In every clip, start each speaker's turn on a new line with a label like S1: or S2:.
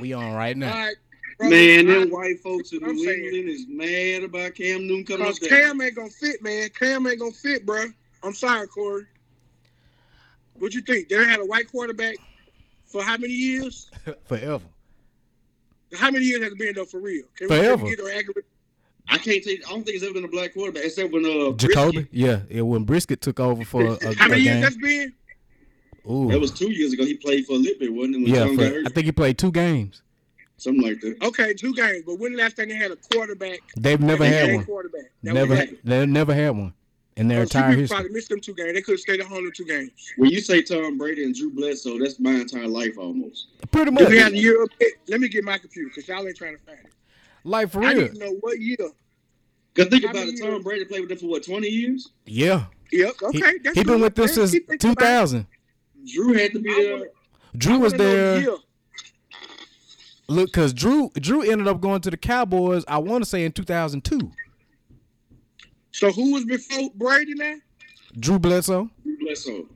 S1: We on right
S2: All
S1: now.
S2: right.
S3: Man,
S2: brother,
S3: them white folks in
S2: I'm
S3: New
S2: saying-
S3: England is mad about Cam Newton coming up
S2: Because
S3: there.
S2: Cam ain't gonna fit, man. Cam ain't gonna fit, bro. I'm sorry, Corey. What you think? They had a white quarterback for how many years?
S1: Forever.
S2: How many years has it been though for real? Can
S1: Forever.
S2: We get an accurate?
S3: I can't take. I don't think it's ever been a black quarterback except when uh
S1: Jacoby.
S3: Brisket.
S1: Yeah, yeah. When Brisket took over for a,
S2: How
S1: a
S2: many years
S1: game.
S2: that's been?
S1: Ooh.
S3: That was two years ago. He played for a little bit, wasn't it? When
S1: yeah,
S3: Tom
S1: for,
S3: got
S1: I
S3: hurt,
S1: think he played two games.
S3: something like that.
S2: Okay, two games. But when the last time they had a quarterback?
S1: They've never
S2: they
S1: had
S2: a
S1: one.
S2: Quarterback. That was
S1: Never.
S2: it.
S1: They never had one in their
S2: Oh, Two
S1: entire
S2: people
S1: history.
S2: probably missed them two games. They could have stayed at home them two games.
S3: When you say Tom Brady and Drew Bledsoe, that's my entire life almost.
S1: Pretty
S2: If we had
S1: much.
S2: a year up there- let me get my computer because y'all ain't trying to find it.
S1: Like for
S2: I
S1: real.
S2: need to know what year.
S3: Cause think
S2: How
S3: about
S2: many
S3: it, Tom
S2: years?
S3: Brady played with them for what twenty years.
S1: Yeah.
S2: Yep.
S1: He,
S2: Okay. that's
S1: he been
S2: good.
S1: with them
S2: Let's
S1: since
S2: keep thinking
S1: two
S2: about it.
S1: thousand.
S3: Drew had to be
S2: I
S3: there.
S2: wanna-
S1: Drew was
S2: I wanna know the
S1: there.
S2: year.
S1: Look, because Drew Drew ended up going to the Cowboys. I want to say in two thousand two.
S2: So who was before Brady now?
S1: Drew Bledsoe,
S3: Drew Bledsoe.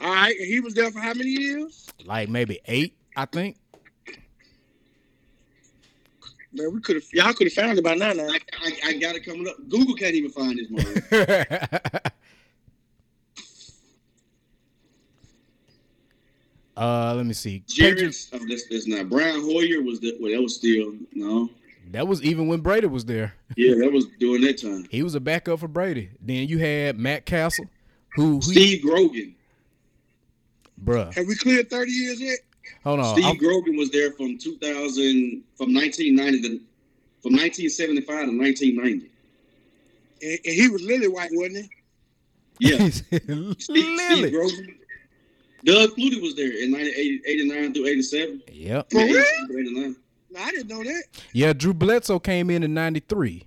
S2: All right, and he was there for how many years?
S1: like maybe eight, I think.
S2: Man, we could have y'all could have found it by now. now.
S3: I, I, I got it coming up. Google can't even find this man.
S1: uh, let me see.
S3: Jared,
S1: Patriots-
S3: oh, that's, that's not Brian Hoyer was that. Well, that was still no.
S1: That was even when Brady was there.
S3: Yeah, that was during that time.
S1: He was a backup for Brady. Then you had Matt Castle, who, who
S3: Steve Grogan.
S1: bruh.
S2: Have we cleared thirty years yet?
S1: Hold on.
S3: Steve
S1: Uh, I'm-
S3: Grogan was there from 2000, from 1990 to, from 1975 to 1990.
S2: And, and he was lily white, wasn't he?
S3: Yeah, Steve, Steve
S1: Lily.
S3: Grogan. Doug Flutie was there in 1989 through 87.
S1: Yep.
S2: For real?
S3: 87 through 89.
S2: No, I didn't know that.
S1: Yeah, Drew Bledsoe came in in 93.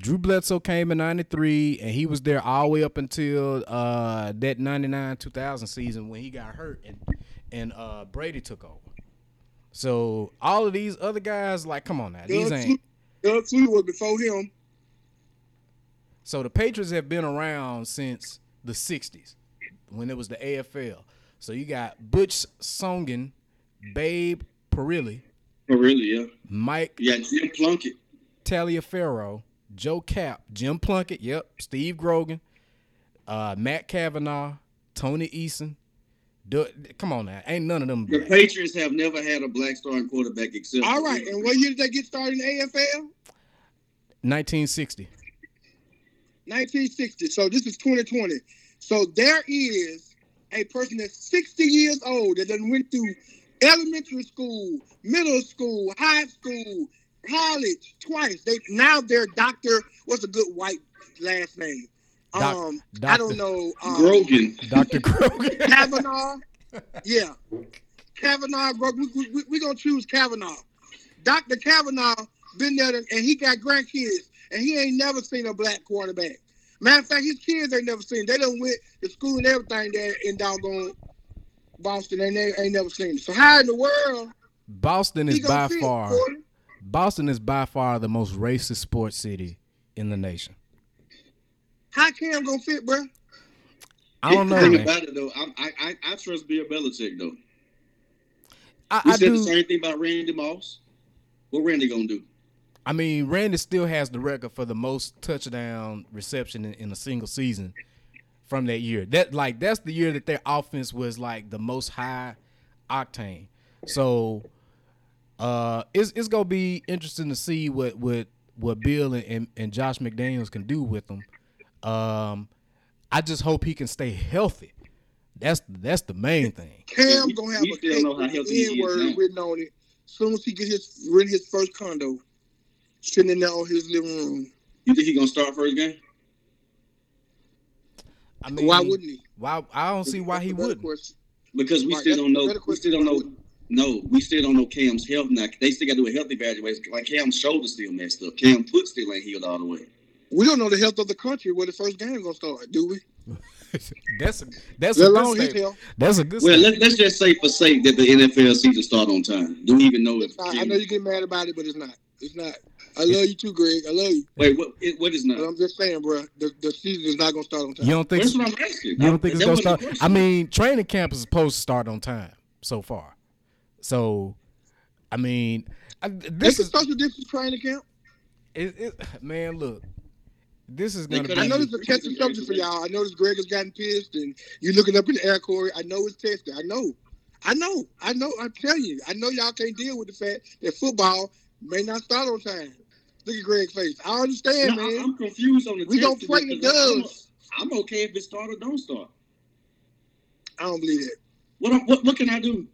S1: Drew Bledsoe came in 93 and he was there all the way up until uh that 99 2000 season when he got hurt and and uh Brady took over. So all of these other guys like come on now. These
S2: Doug
S1: ain't
S2: Flutie- Doug Flutie was before him.
S1: So the Patriots have been around since the 60s when it was the AFL. So you got Butch Songen, Babe Perilli,
S3: Oh, really? Yeah.
S1: Mike
S3: Yeah, Jim Plunkett.
S1: Taliaferro, Joe Cap, Jim Plunkett, yep, Steve Grogan, uh, Matt Kavanaugh, Tony Eason. Du- come on now, ain't none of them.
S3: The
S1: black.
S3: Patriots have never had a black starting quarterback except.
S2: All right, and what year did they get started in the AFL?
S1: 1960.
S2: 1960. So this is 2020. So there is a person that's 60 years old that done went through elementary school, middle school, high school, college twice. They now they're doctor. What's a good white last name?
S1: Doc-
S2: um,
S1: Doctor,
S2: I don't know. Um,
S3: Grogan.
S1: Dr. Grogan.
S2: Kavanaugh. Yeah, Kavanaugh. Gro- We, we, we, we gonna choose Kavanaugh. Doctor Kavanaugh been there, and he got grandkids, and he ain't never seen a black quarterback. Matter of fact, his kids ain't never seen. They done went to school and everything there in doggone Boston, and they ain't never seen. it. So how in the world
S1: Boston
S2: he
S1: is
S2: gonna
S1: by
S2: fit,
S1: far
S2: Corey?
S1: Boston is by far the most racist sports city in the nation.
S2: How Cam gonna fit, bro?
S1: I don't know,
S3: Think
S1: man.
S3: about it though. I, I I I trust Bill Belichick though.
S1: I,
S3: We
S1: I
S3: said the
S1: do.
S3: same thing about Randy Moss. What Randy gonna do?
S1: I mean, Randy still has the record for the most touchdown reception in, in a single season from that year. That like that's the year that their offense was like the most high octane. So uh it's it's gonna be interesting to see what what what Bill and, and, and Josh McDaniels can do with them. Um I just hope he can stay healthy. That's that's the main thing.
S2: Cam
S3: We-
S2: gonna have
S3: we
S2: a
S3: still
S2: cake
S3: know how
S2: with the
S3: healthy he is
S2: N-word
S3: now.
S2: written on it. Soon as he get his rent his first condo, sitting in there on his living room.
S3: You think he gonna start first game?
S1: I mean
S2: why wouldn't he?
S1: why I don't see why
S2: That's
S1: he
S2: a better
S1: wouldn't.
S2: question.
S3: Because we
S2: Right,
S3: still
S2: that's
S3: don't
S2: a
S3: know.
S2: better
S3: We
S2: question.
S3: still don't know. No, we still don't know Cam's health now. They still got to do a health evaluation. Like Cam's shoulder's still messed up. Cam foot still ain't healed all the way.
S2: We don't know the health of the country where the first game gonna start, do we?
S1: that's a that's a good
S2: Let alone his
S1: statement.
S2: health.
S1: That's a good
S3: Well,
S1: statement.
S3: let, let's just say for sake that the NFL season start on time. Do we even know if?
S2: I, I know you get mad about it, but it's not. It's not. I love you too, Greg. I love you.
S3: Wait, what? It, what is
S2: But
S3: now?
S2: I'm just saying, bro, the, the season is not gonna start on time.
S1: You don't think
S3: That's what I'm asking.
S1: You don't think
S3: That
S1: it's gonna
S3: wasn't
S1: start?
S3: the question.
S1: I mean, training camp is supposed to start on time so far. So, I mean, I, this
S2: This is
S1: is
S2: social distance training camp.
S1: it, it, man. Look, this is
S3: They
S1: gonna
S3: could
S2: I
S1: be.
S2: know this is a testing subject for y'all. I know this Greg has gotten pissed and you looking up in the air, Corey. I know it's tested. I know. I know. I know. I tell you. I know y'all can't deal with the fact that football may not start on time. Look at Greg's face. I understand,
S3: No, I-
S2: man.
S3: I'm confused on the
S2: we
S3: test
S2: don't play the
S3: because I'm-
S2: doves.
S3: I'm okay if it start or don't start.
S2: I don't believe that.
S3: What, I'm- what what can I do?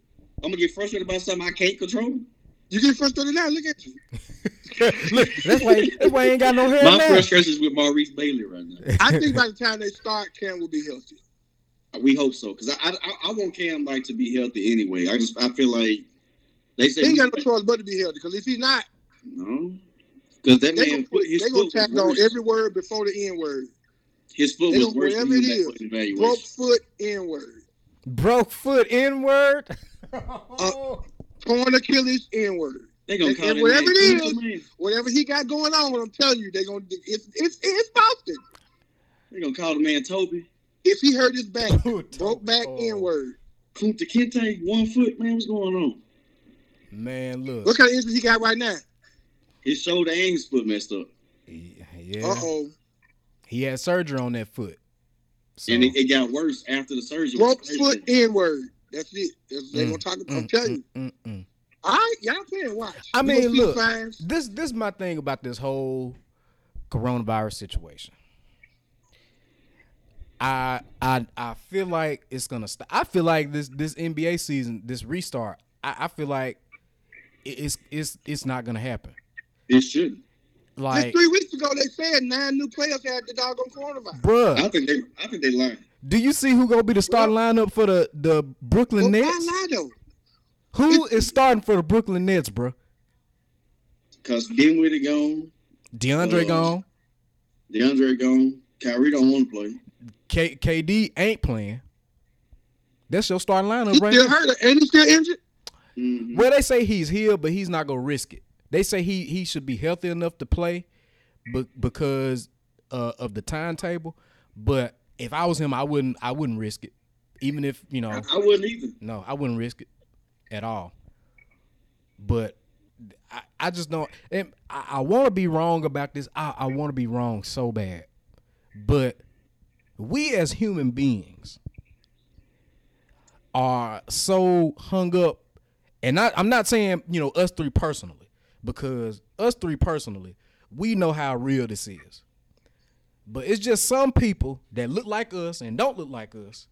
S3: I'm gonna get frustrated about something I can't control.
S2: You get frustrated now. Look at you.
S1: look, that's why. That's why I ain't got no hair
S3: My
S1: now.
S3: frustration is with Maurice Bailey right now.
S2: I think by the time they start, Cam will be healthy.
S3: We hope so because I, I I- I want Cam like to be healthy anyway. I just I feel like they
S2: He
S3: say
S2: ain't got no choice but to be healthy because if he's not,
S3: no because that
S2: they
S3: man
S2: gonna
S3: put
S2: put,
S3: his
S2: they gonna
S3: foot
S2: tap
S3: was
S2: on
S3: worse.
S2: every word before the N word.
S3: his foot
S2: they
S3: was
S2: gonna-
S3: worse than
S2: whatever it
S3: his
S2: is,
S3: foot evaluation.
S2: Broke foot N word.
S1: Broke foot inward.
S2: Uh, Torn Achilles N word.
S3: They gonna
S2: and-
S3: call
S2: and
S3: him
S2: whatever
S3: that.
S2: it
S3: Who's
S2: is-
S3: the man?
S2: Whatever he got going on, I'm telling you, they gonna it's it's it's Boston.
S3: They gonna call the man Toby.
S2: If he hurt his back,
S1: Dude,
S2: broke back
S1: oh,
S2: N word.
S3: Kunta Kinte, one foot, man. What's going on?
S1: Man,
S2: What
S1: look.
S2: kind of injury he got right now?
S3: His shoulder and his foot messed up,
S1: Yeah,
S2: Uh oh,
S1: he had surgery on that foot. So,
S3: and it, it got worse after the surgery.
S2: broke
S3: It's crazy.
S2: foot N word. That's it. That's, they
S1: Mm,
S2: gonna talk. I'm
S1: mm,
S2: telling you.
S1: mm, mm, mm.
S2: All right, y'all playing watch.
S1: I
S2: We
S1: mean,
S2: gonna see the
S1: look.
S2: signs.
S1: This this my thing about this whole coronavirus situation. I I I feel like it's gonna stop. I feel like this this NBA season, this restart. I, I feel like it- it's it's it's not gonna happen.
S3: It should.
S1: Like,
S2: Just three weeks ago, they said nine new players had the doggone coronavirus.
S3: I
S1: bruh,
S3: think they. I think they lying.
S1: do you see who gonna be the starting lineup for the the Brooklyn
S2: Well, why
S1: Nets?
S2: lie though?
S1: Who is starting for the Brooklyn Nets, bruh?
S3: Cause Dinwiddie gone,
S1: DeAndre
S3: Uh,
S1: gone.
S3: DeAndre gone, Kyrie don't want to play.
S1: K- KD ain't playing. That's your starting
S2: He
S1: lineup right
S2: still
S1: now.
S2: hurt, and he still injured.
S3: Mhm.
S1: Well, they say he's healed, but he's not gonna risk it. They say he he should be healthy enough to play, but because uh, of the timetable. But if I was him, I wouldn't I wouldn't risk it, even if you know
S3: I wouldn't either.
S1: no, I wouldn't risk it at all. But I, I just don't. And I, I want to be wrong about this. I, I want to be wrong so bad. But we as human beings are so hung up, and I, I'm not saying you know us three personally, because us three personally, we know how real this is. But it's just some people that look like us and don't look like us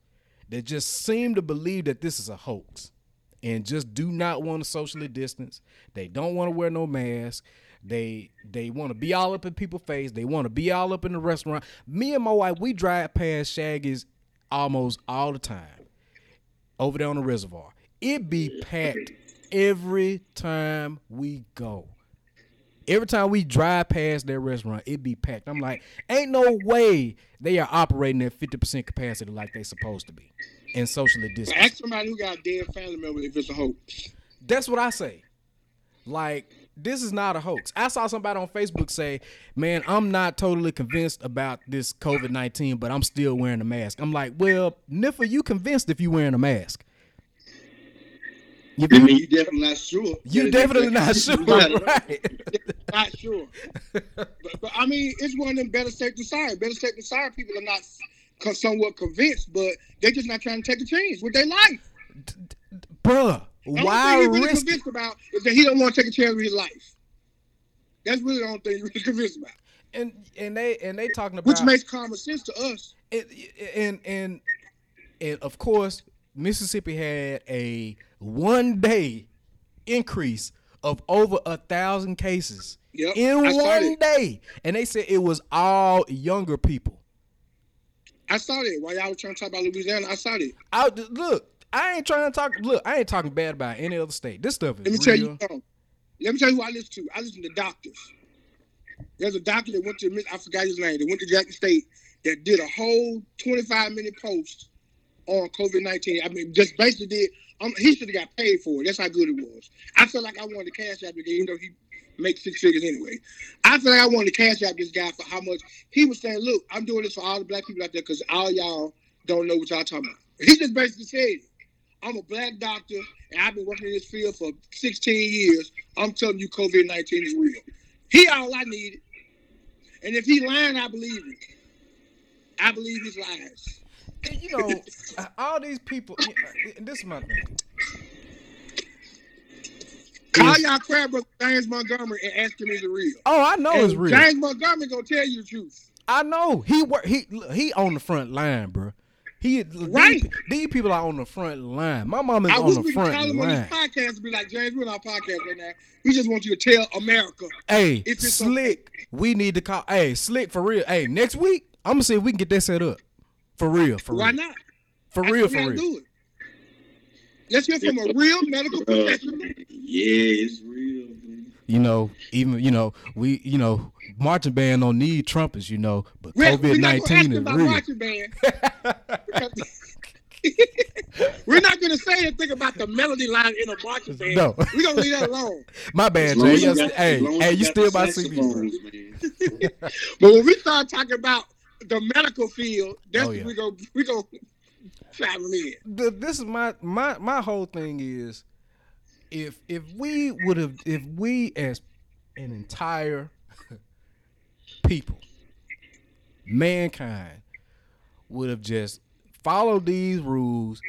S1: that just seem to believe that this is a hoax and just do not want to socially distance. They don't want to wear no mask. They they want to be all up in people's face. They want to be all up in the restaurant. Me and my wife, we drive past Shaggy's almost all the time over there on the reservoir. It be packed every time we go. Every time we drive past their restaurant, it be packed. I'm like, ain't no way they are operating at 50% capacity like they supposed to be and socially
S2: But
S1: distanced.
S2: Ask somebody who got a dead family member if it's a hoax.
S1: That's what I say. Like, this is not a hoax. I saw somebody on Facebook say, Man, I'm not totally convinced about this COVID 19, but I'm still wearing a mask. I'm like, Well, Niffa, you convinced if you wearing a mask. You,
S3: I mean, you definitely not sure.
S1: you definitely not sure, right?
S2: Not sure. but, but I mean, it's one of them better safe than sorry. Better safe than sorry. People are not co- somewhat convinced, but they're just not trying to take a chance with their life.
S1: Bruh,
S2: The only
S1: why
S2: thing he's really
S1: risk
S2: convinced about is that he don't want to take a chance with his life. That's really the only thing he's really convinced about,
S1: and and they and they talking about
S2: which makes common sense to us.
S1: and, and and and of course Mississippi had a one day increase of over a thousand cases
S2: Yep,
S1: in
S2: I saw
S1: one
S2: that.
S1: day, and they said it was all younger people.
S2: I saw that while y'all were trying to talk about Louisiana. I saw that.
S1: I look, I ain't trying to talk. Look, I ain't talking bad about any other state. This stuff is
S2: Let me
S1: real.
S2: tell you something. Let me tell you who I listen to. I listen to doctors. There's a doctor that went to Miss- I forgot his name. That went to Jackson State that did a whole 25 minute post on COVID 19. I mean, just basically did. Um, he should have got paid for it. That's how good it was. I feel like I wanted to cash out because even though he makes six figures anyway, I feel like I wanted to cash out this guy for how much he was saying. Look, I'm doing this for all the black people out there because all y'all don't know what y'all talking about. He just basically said, it. I'm a black doctor, and I've been working in this field for 16 years. I'm telling you, COVID 19 is real. He all I needed. And if he lying, I believe it. I believe his lies.
S1: You know, all these people. uh, This is my thing.
S2: Call y'all crab brother James Montgomery and ask him is it real.
S1: Oh, I know
S2: And
S1: it's real.
S2: James Montgomery gonna tell you the truth.
S1: I know he work. He look, he on the front line, bro. He
S2: Right.
S1: These, these people are on the front line. My mom is
S2: I
S1: on
S2: wish
S1: the
S2: we could call
S1: front
S2: him on this
S1: line.
S2: podcast and be like, James, we're on our podcast right now. We just want you to tell America.
S1: Hey,
S2: If it's
S1: slick. We need to call. Hey, slick for real. Hey, next week I'm gonna see if we can get that set up. For real, for
S2: Why
S1: real,
S2: not?
S1: for
S2: I
S1: real,
S2: think
S1: for
S2: we gotta
S1: real.
S2: Do it. Let's hear from a real medical
S3: Uh,
S2: professional.
S3: yeah, it's real. Man.
S1: You know, even you know we you know marching band don't need trumpets. You know, but
S2: We're, we're
S1: COVID
S2: not gonna ask
S1: nineteen
S2: him
S1: is
S2: about
S1: real.
S2: marching band. we're not gonna say anything about the melody line in a marching band.
S1: No.
S2: we're gonna leave that alone.
S1: My bad,
S3: As long
S1: Jay.
S3: as you
S1: Yes,
S3: got-
S1: Hey,
S3: as long as
S1: hey, you
S3: got
S1: still
S3: the
S1: my CB, bro.
S3: saxophones, man.
S2: But when we start talking about the medical field, that's
S1: Oh,
S2: what
S1: yeah.
S2: we go we go chime in.
S1: the, this is my my my whole thing is if if we would have if we as an entire people mankind would have just followed these rules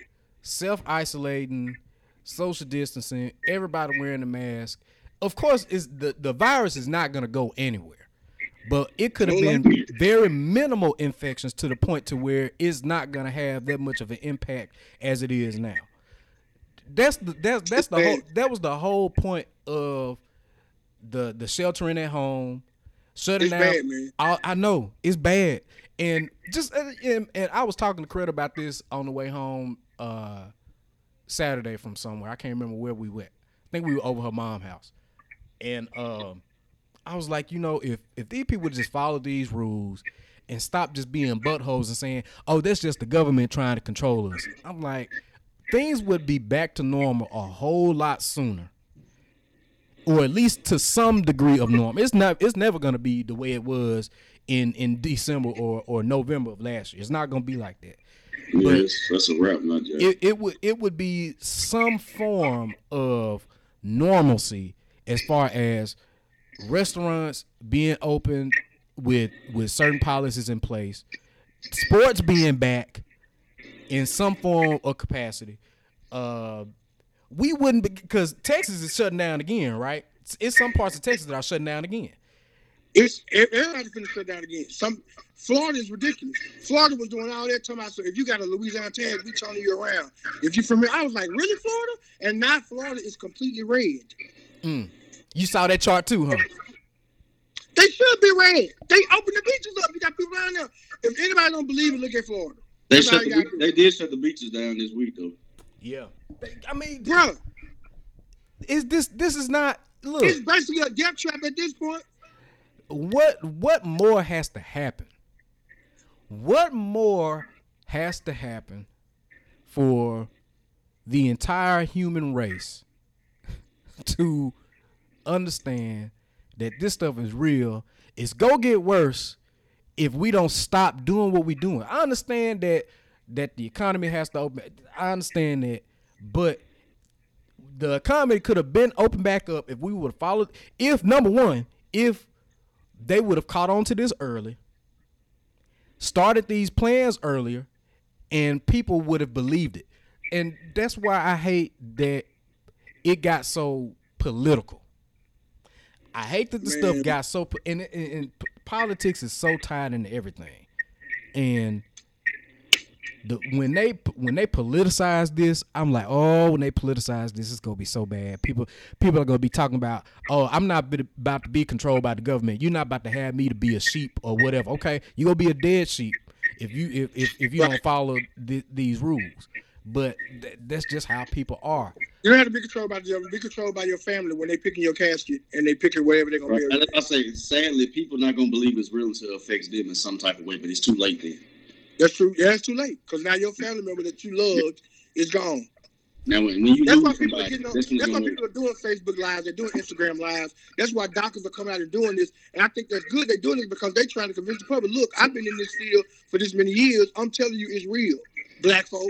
S1: self isolating social distancing everybody wearing a mask of course is the the virus is not going to go anywhere but it could have
S2: No,
S1: been
S2: like-
S1: very minimal infections to the point to where it's not going to have that much of an impact as it is now. That's the that's that's
S2: It's
S1: the whole
S2: bad.
S1: that was the whole point of the the sheltering at home, shutting
S2: It's
S1: down.
S2: bad, man.
S1: I, I know it's bad, and just and, and, and I was talking to Cred about this on the way home uh Saturday from somewhere. I can't remember where we went. I think we were over her mom's house, and um. I was like, you know, if if these people would just follow these rules and stop just being buttholes and saying, oh, that's just the government trying to control us. I'm like, things would be back to normal a whole lot sooner, or at least to some degree of norm. It's not. It's never gonna be the way it was in in December or or November of last year. It's not gonna be like that
S3: Yeah, that's, that's a wrap, not just.
S1: it, it would it would be some form of normalcy as far as restaurants being open with with certain policies in place, sports being back in some form or capacity. Uh, we wouldn't because Texas is shutting down again, right? It's, it's some parts of Texas that are shutting down again.
S2: It's e-, everybody's gonna shut down again. Some Florida is ridiculous. Florida was doing all that talking about so if you got a Louisiana tag, we turning you around. If you from here, I was like, really Florida? And now Florida is completely red.
S1: You saw that chart too, huh?
S2: They should be red. They open the beaches up. You got people down there. If anybody don't believe it, look at Florida.
S3: They
S2: That's all
S3: shut
S2: you
S3: the,
S2: gotta do.
S3: they did shut the beaches down this week though.
S1: Yeah. I mean,
S2: Bruh,
S1: is this this is not look?
S2: it's basically a death trap at this point.
S1: what what more has to happen? What more has to happen for the entire human race to understand that this stuff is real? It's gonna get worse if we don't stop doing what we're doing. I understand that that the economy has to open. I understand that, but the economy could have been opened back up if we would have followed. If number one, if they would have caught on to this early, started these plans earlier, and people would have believed it. And that's why I hate that it got so political. I hate that the stuff
S2: Man.
S1: got so po- and, and, and p- politics is so tied into everything, and the when they when they politicize this, I'm like, oh, when they politicize this, it's gonna be so bad. People people are gonna be talking about, oh, I'm not bit- about to be controlled by the government. You're not about to have me to be a sheep or whatever. Okay, you gonna be a dead sheep if you if if, if you don't follow th- these rules. But th- that's just how people are.
S2: You don't have to be controlled by the government. Be controlled by your family when they picking your casket and they picking wherever they're gonna
S3: Right?
S2: bury
S3: And
S2: you.
S3: if I say, sadly, people not gonna believe it's real until it affects them in some type of way. But it's too late then.
S2: That's true. Yeah, it's too late because now your family member that you loved is gone.
S3: Now when, when you
S2: That's
S3: lose
S2: why people are
S3: somebody,
S2: getting on,
S3: that's when it's
S2: that's why
S3: gonna work.
S2: people are doing Facebook lives. They're doing Instagram lives. That's why doctors are coming out and doing this. And I think that's good. They're doing it because they're trying to convince the public. Look, I've been in this field for this many years. I'm telling you, it's real. Black folk.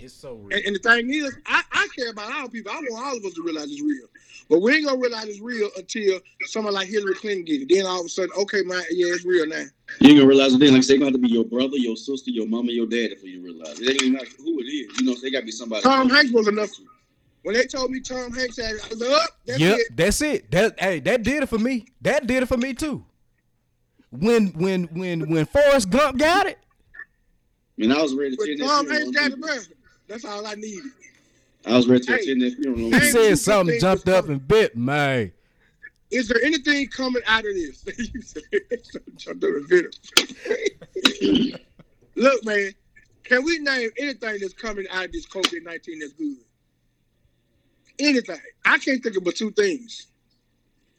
S1: It's so real.
S2: And, and the thing is, I, I care about our people. I want all of us to realize it's real. But we ain't gonna realize it's real until someone like Hillary Clinton get it. Then all of a sudden, okay, my yeah, it's real now.
S3: You ain't gonna realize it then. Like I said, it's gonna have to be your brother, your sister, your mama, your daddy for you realize it. It ain't even like who it is. You know, they gotta be somebody.
S2: Tom Hanks was enough. When they told me Tom Hanks had, I was like, oh, that's
S1: yep,
S2: it.
S1: that's it. That hey, that did it for me. That did it for me too. When when when when Forrest Gump got it,
S3: Man, I was ready to
S2: When
S3: attend
S2: Tom
S3: that
S2: Hanks
S3: funeral.
S2: got the
S3: on
S2: breath,
S3: people.
S2: that's all I needed.
S3: I was ready to
S2: Hey.
S3: attend that funeral. on
S1: he
S2: Hey.
S3: people.
S1: said something, jumped up and bit man.
S2: Is there anything coming out of this? You said, "Jump through the video." Look, man, can we name anything that's coming out of this COVID nineteen that's good? Anything? I can't think of but two things.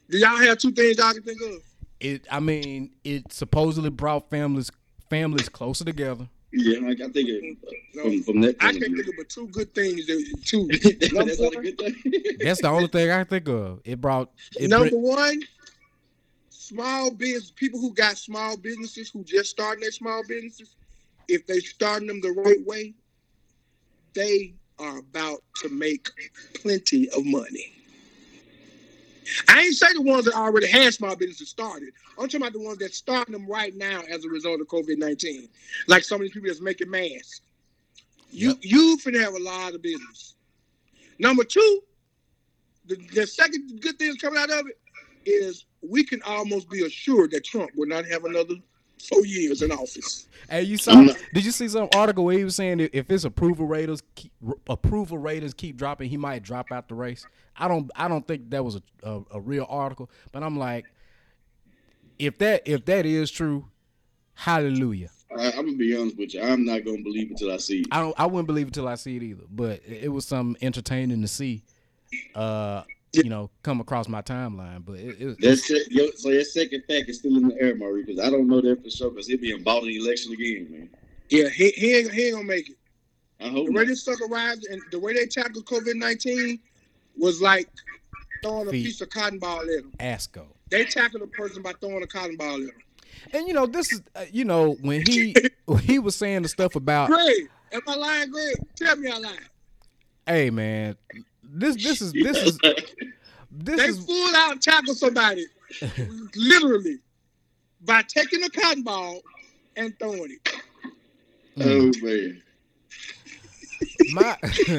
S2: Do y'all have two things y'all can think of?
S1: It I mean, it supposedly brought families families closer together.
S3: Yeah, like, I think it, uh,
S2: No.
S3: from from that
S2: I
S3: point of
S2: can't
S3: view.
S2: think of but two good things. That, two.
S3: Mm-hmm. That's not a
S2: Number,
S3: good thing.
S1: That's the only thing I can think of. It brought it
S2: number
S1: br-
S2: one, small business people who got small businesses who just starting their small businesses, if they starting them the right way, they are about to make plenty of money. I ain't say the ones that already had small businesses started. I'm talking about the ones that starting them right now as a result of COVID nineteen. Like some of these people that's making masks. You
S1: Yep.
S2: you finna have a lot of business. Number two, the, the second good thing that's coming out of it is we can almost be assured that Trump will not have another four years in office.
S1: Hey, you
S3: I'm
S1: saw?
S3: not-
S1: Did you see some article where he was saying that if his approval ratings keep, r- approval ratings keep dropping, he might drop out the race? I don't. I don't think that was a, a, a real article, but I'm like, if that if that is true, hallelujah.
S3: I, I'm gonna be honest with you. I'm not gonna believe until I see. It.
S1: I don't. I wouldn't believe it till I see it either. But it it was some entertaining to see. Uh, you know, come across my timeline, but it, it,
S3: That's it. Yo, so that second fact is still in the air, Murray, because I don't know that for sure. Because he'll be involved in the election again, man.
S2: Yeah, he, he, ain't, he ain't gonna make it.
S3: I hope.
S2: The way
S3: not.
S2: this sucker arrived and the way they tackled COVID 19 was like throwing a
S1: Feet.
S2: piece of cotton ball at him.
S1: Asco.
S2: They tackled a person by throwing a cotton ball at him.
S1: And you know, this is uh, you know when he when he was saying the stuff about
S2: Greg, am I lying, Greg? Tell me I lied.
S1: hey man this this is this is this
S2: They
S1: is
S2: full out tackle somebody, literally, by taking a cotton ball and throwing it.
S1: mm,
S3: oh man.
S1: my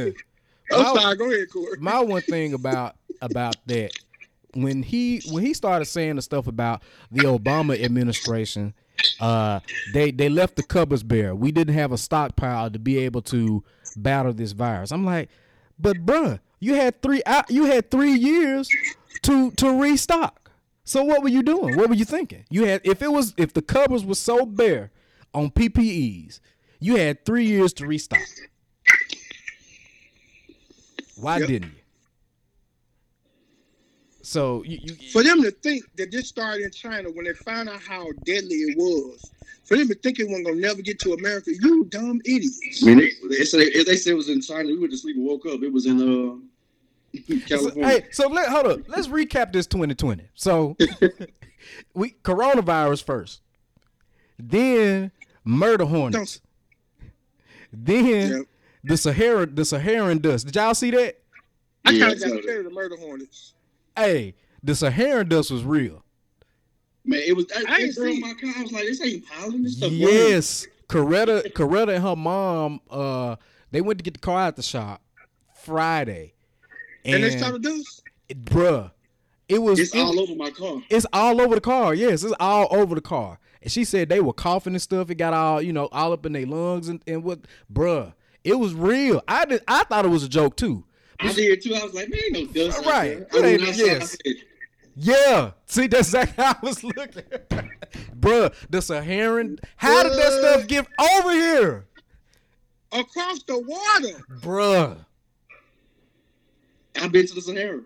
S2: I'm
S1: My-
S2: sorry. Go ahead, Corey.
S1: my one thing about about that when he when he started saying the stuff about the Obama administration uh they they left the cupboards bare we didn't have a stockpile to be able to battle this virus i'm like but bruh you had three out you had 3 years to to restock so what were you doing what were you thinking you had if it was if the cupboards were so bare on PPEs you had 3 years to restock why
S2: Yep.
S1: didn't you so you, you
S2: for them to think that this started in China when they found out how deadly it was, for them to think it wasn't gonna never get to America, you dumb idiots.
S3: I mean, they, they said if they said it was in China, we went to sleep and woke up. It was in uh,
S1: So,
S3: California.
S1: hey, so let hold up. Let's recap this 2020. So we coronavirus first, then murder hornets, then
S2: Yep.
S1: the Sahara, the Saharan dust. Did y'all see that?
S2: I
S3: Yeah,
S2: kind of
S3: so-
S2: got scared of the murder hornets.
S1: Hey, the Saharan dust was real.
S3: man, it was.
S2: I
S3: I,
S2: ain't
S3: it broke
S2: see-
S3: my car. I was like, this ain't piling. This stuff. burning.
S1: Yes, Coretta, Coretta and her mom, uh, they went to get the car out the shop Friday, and,
S2: And, they started this.
S1: bruh, it was
S3: It's
S1: it-
S3: all over my car.
S1: It's all over the car. Yes, it's all over the car. And she said they were coughing and stuff. It got all you know, all up in their lungs and, and what, bruh. It was real. I did. I thought it was a joke too.
S3: I did too. I was like, man, ain't no dust. out
S1: Right.
S3: there. I
S1: It ain't-
S3: went outside,
S1: yes.
S3: I said,
S1: Yeah. See, that's exactly how I was looking, bruh. The Saharan. How did that stuff get over here,
S2: Across the water.
S1: bruh?
S3: I've been to the Sahara.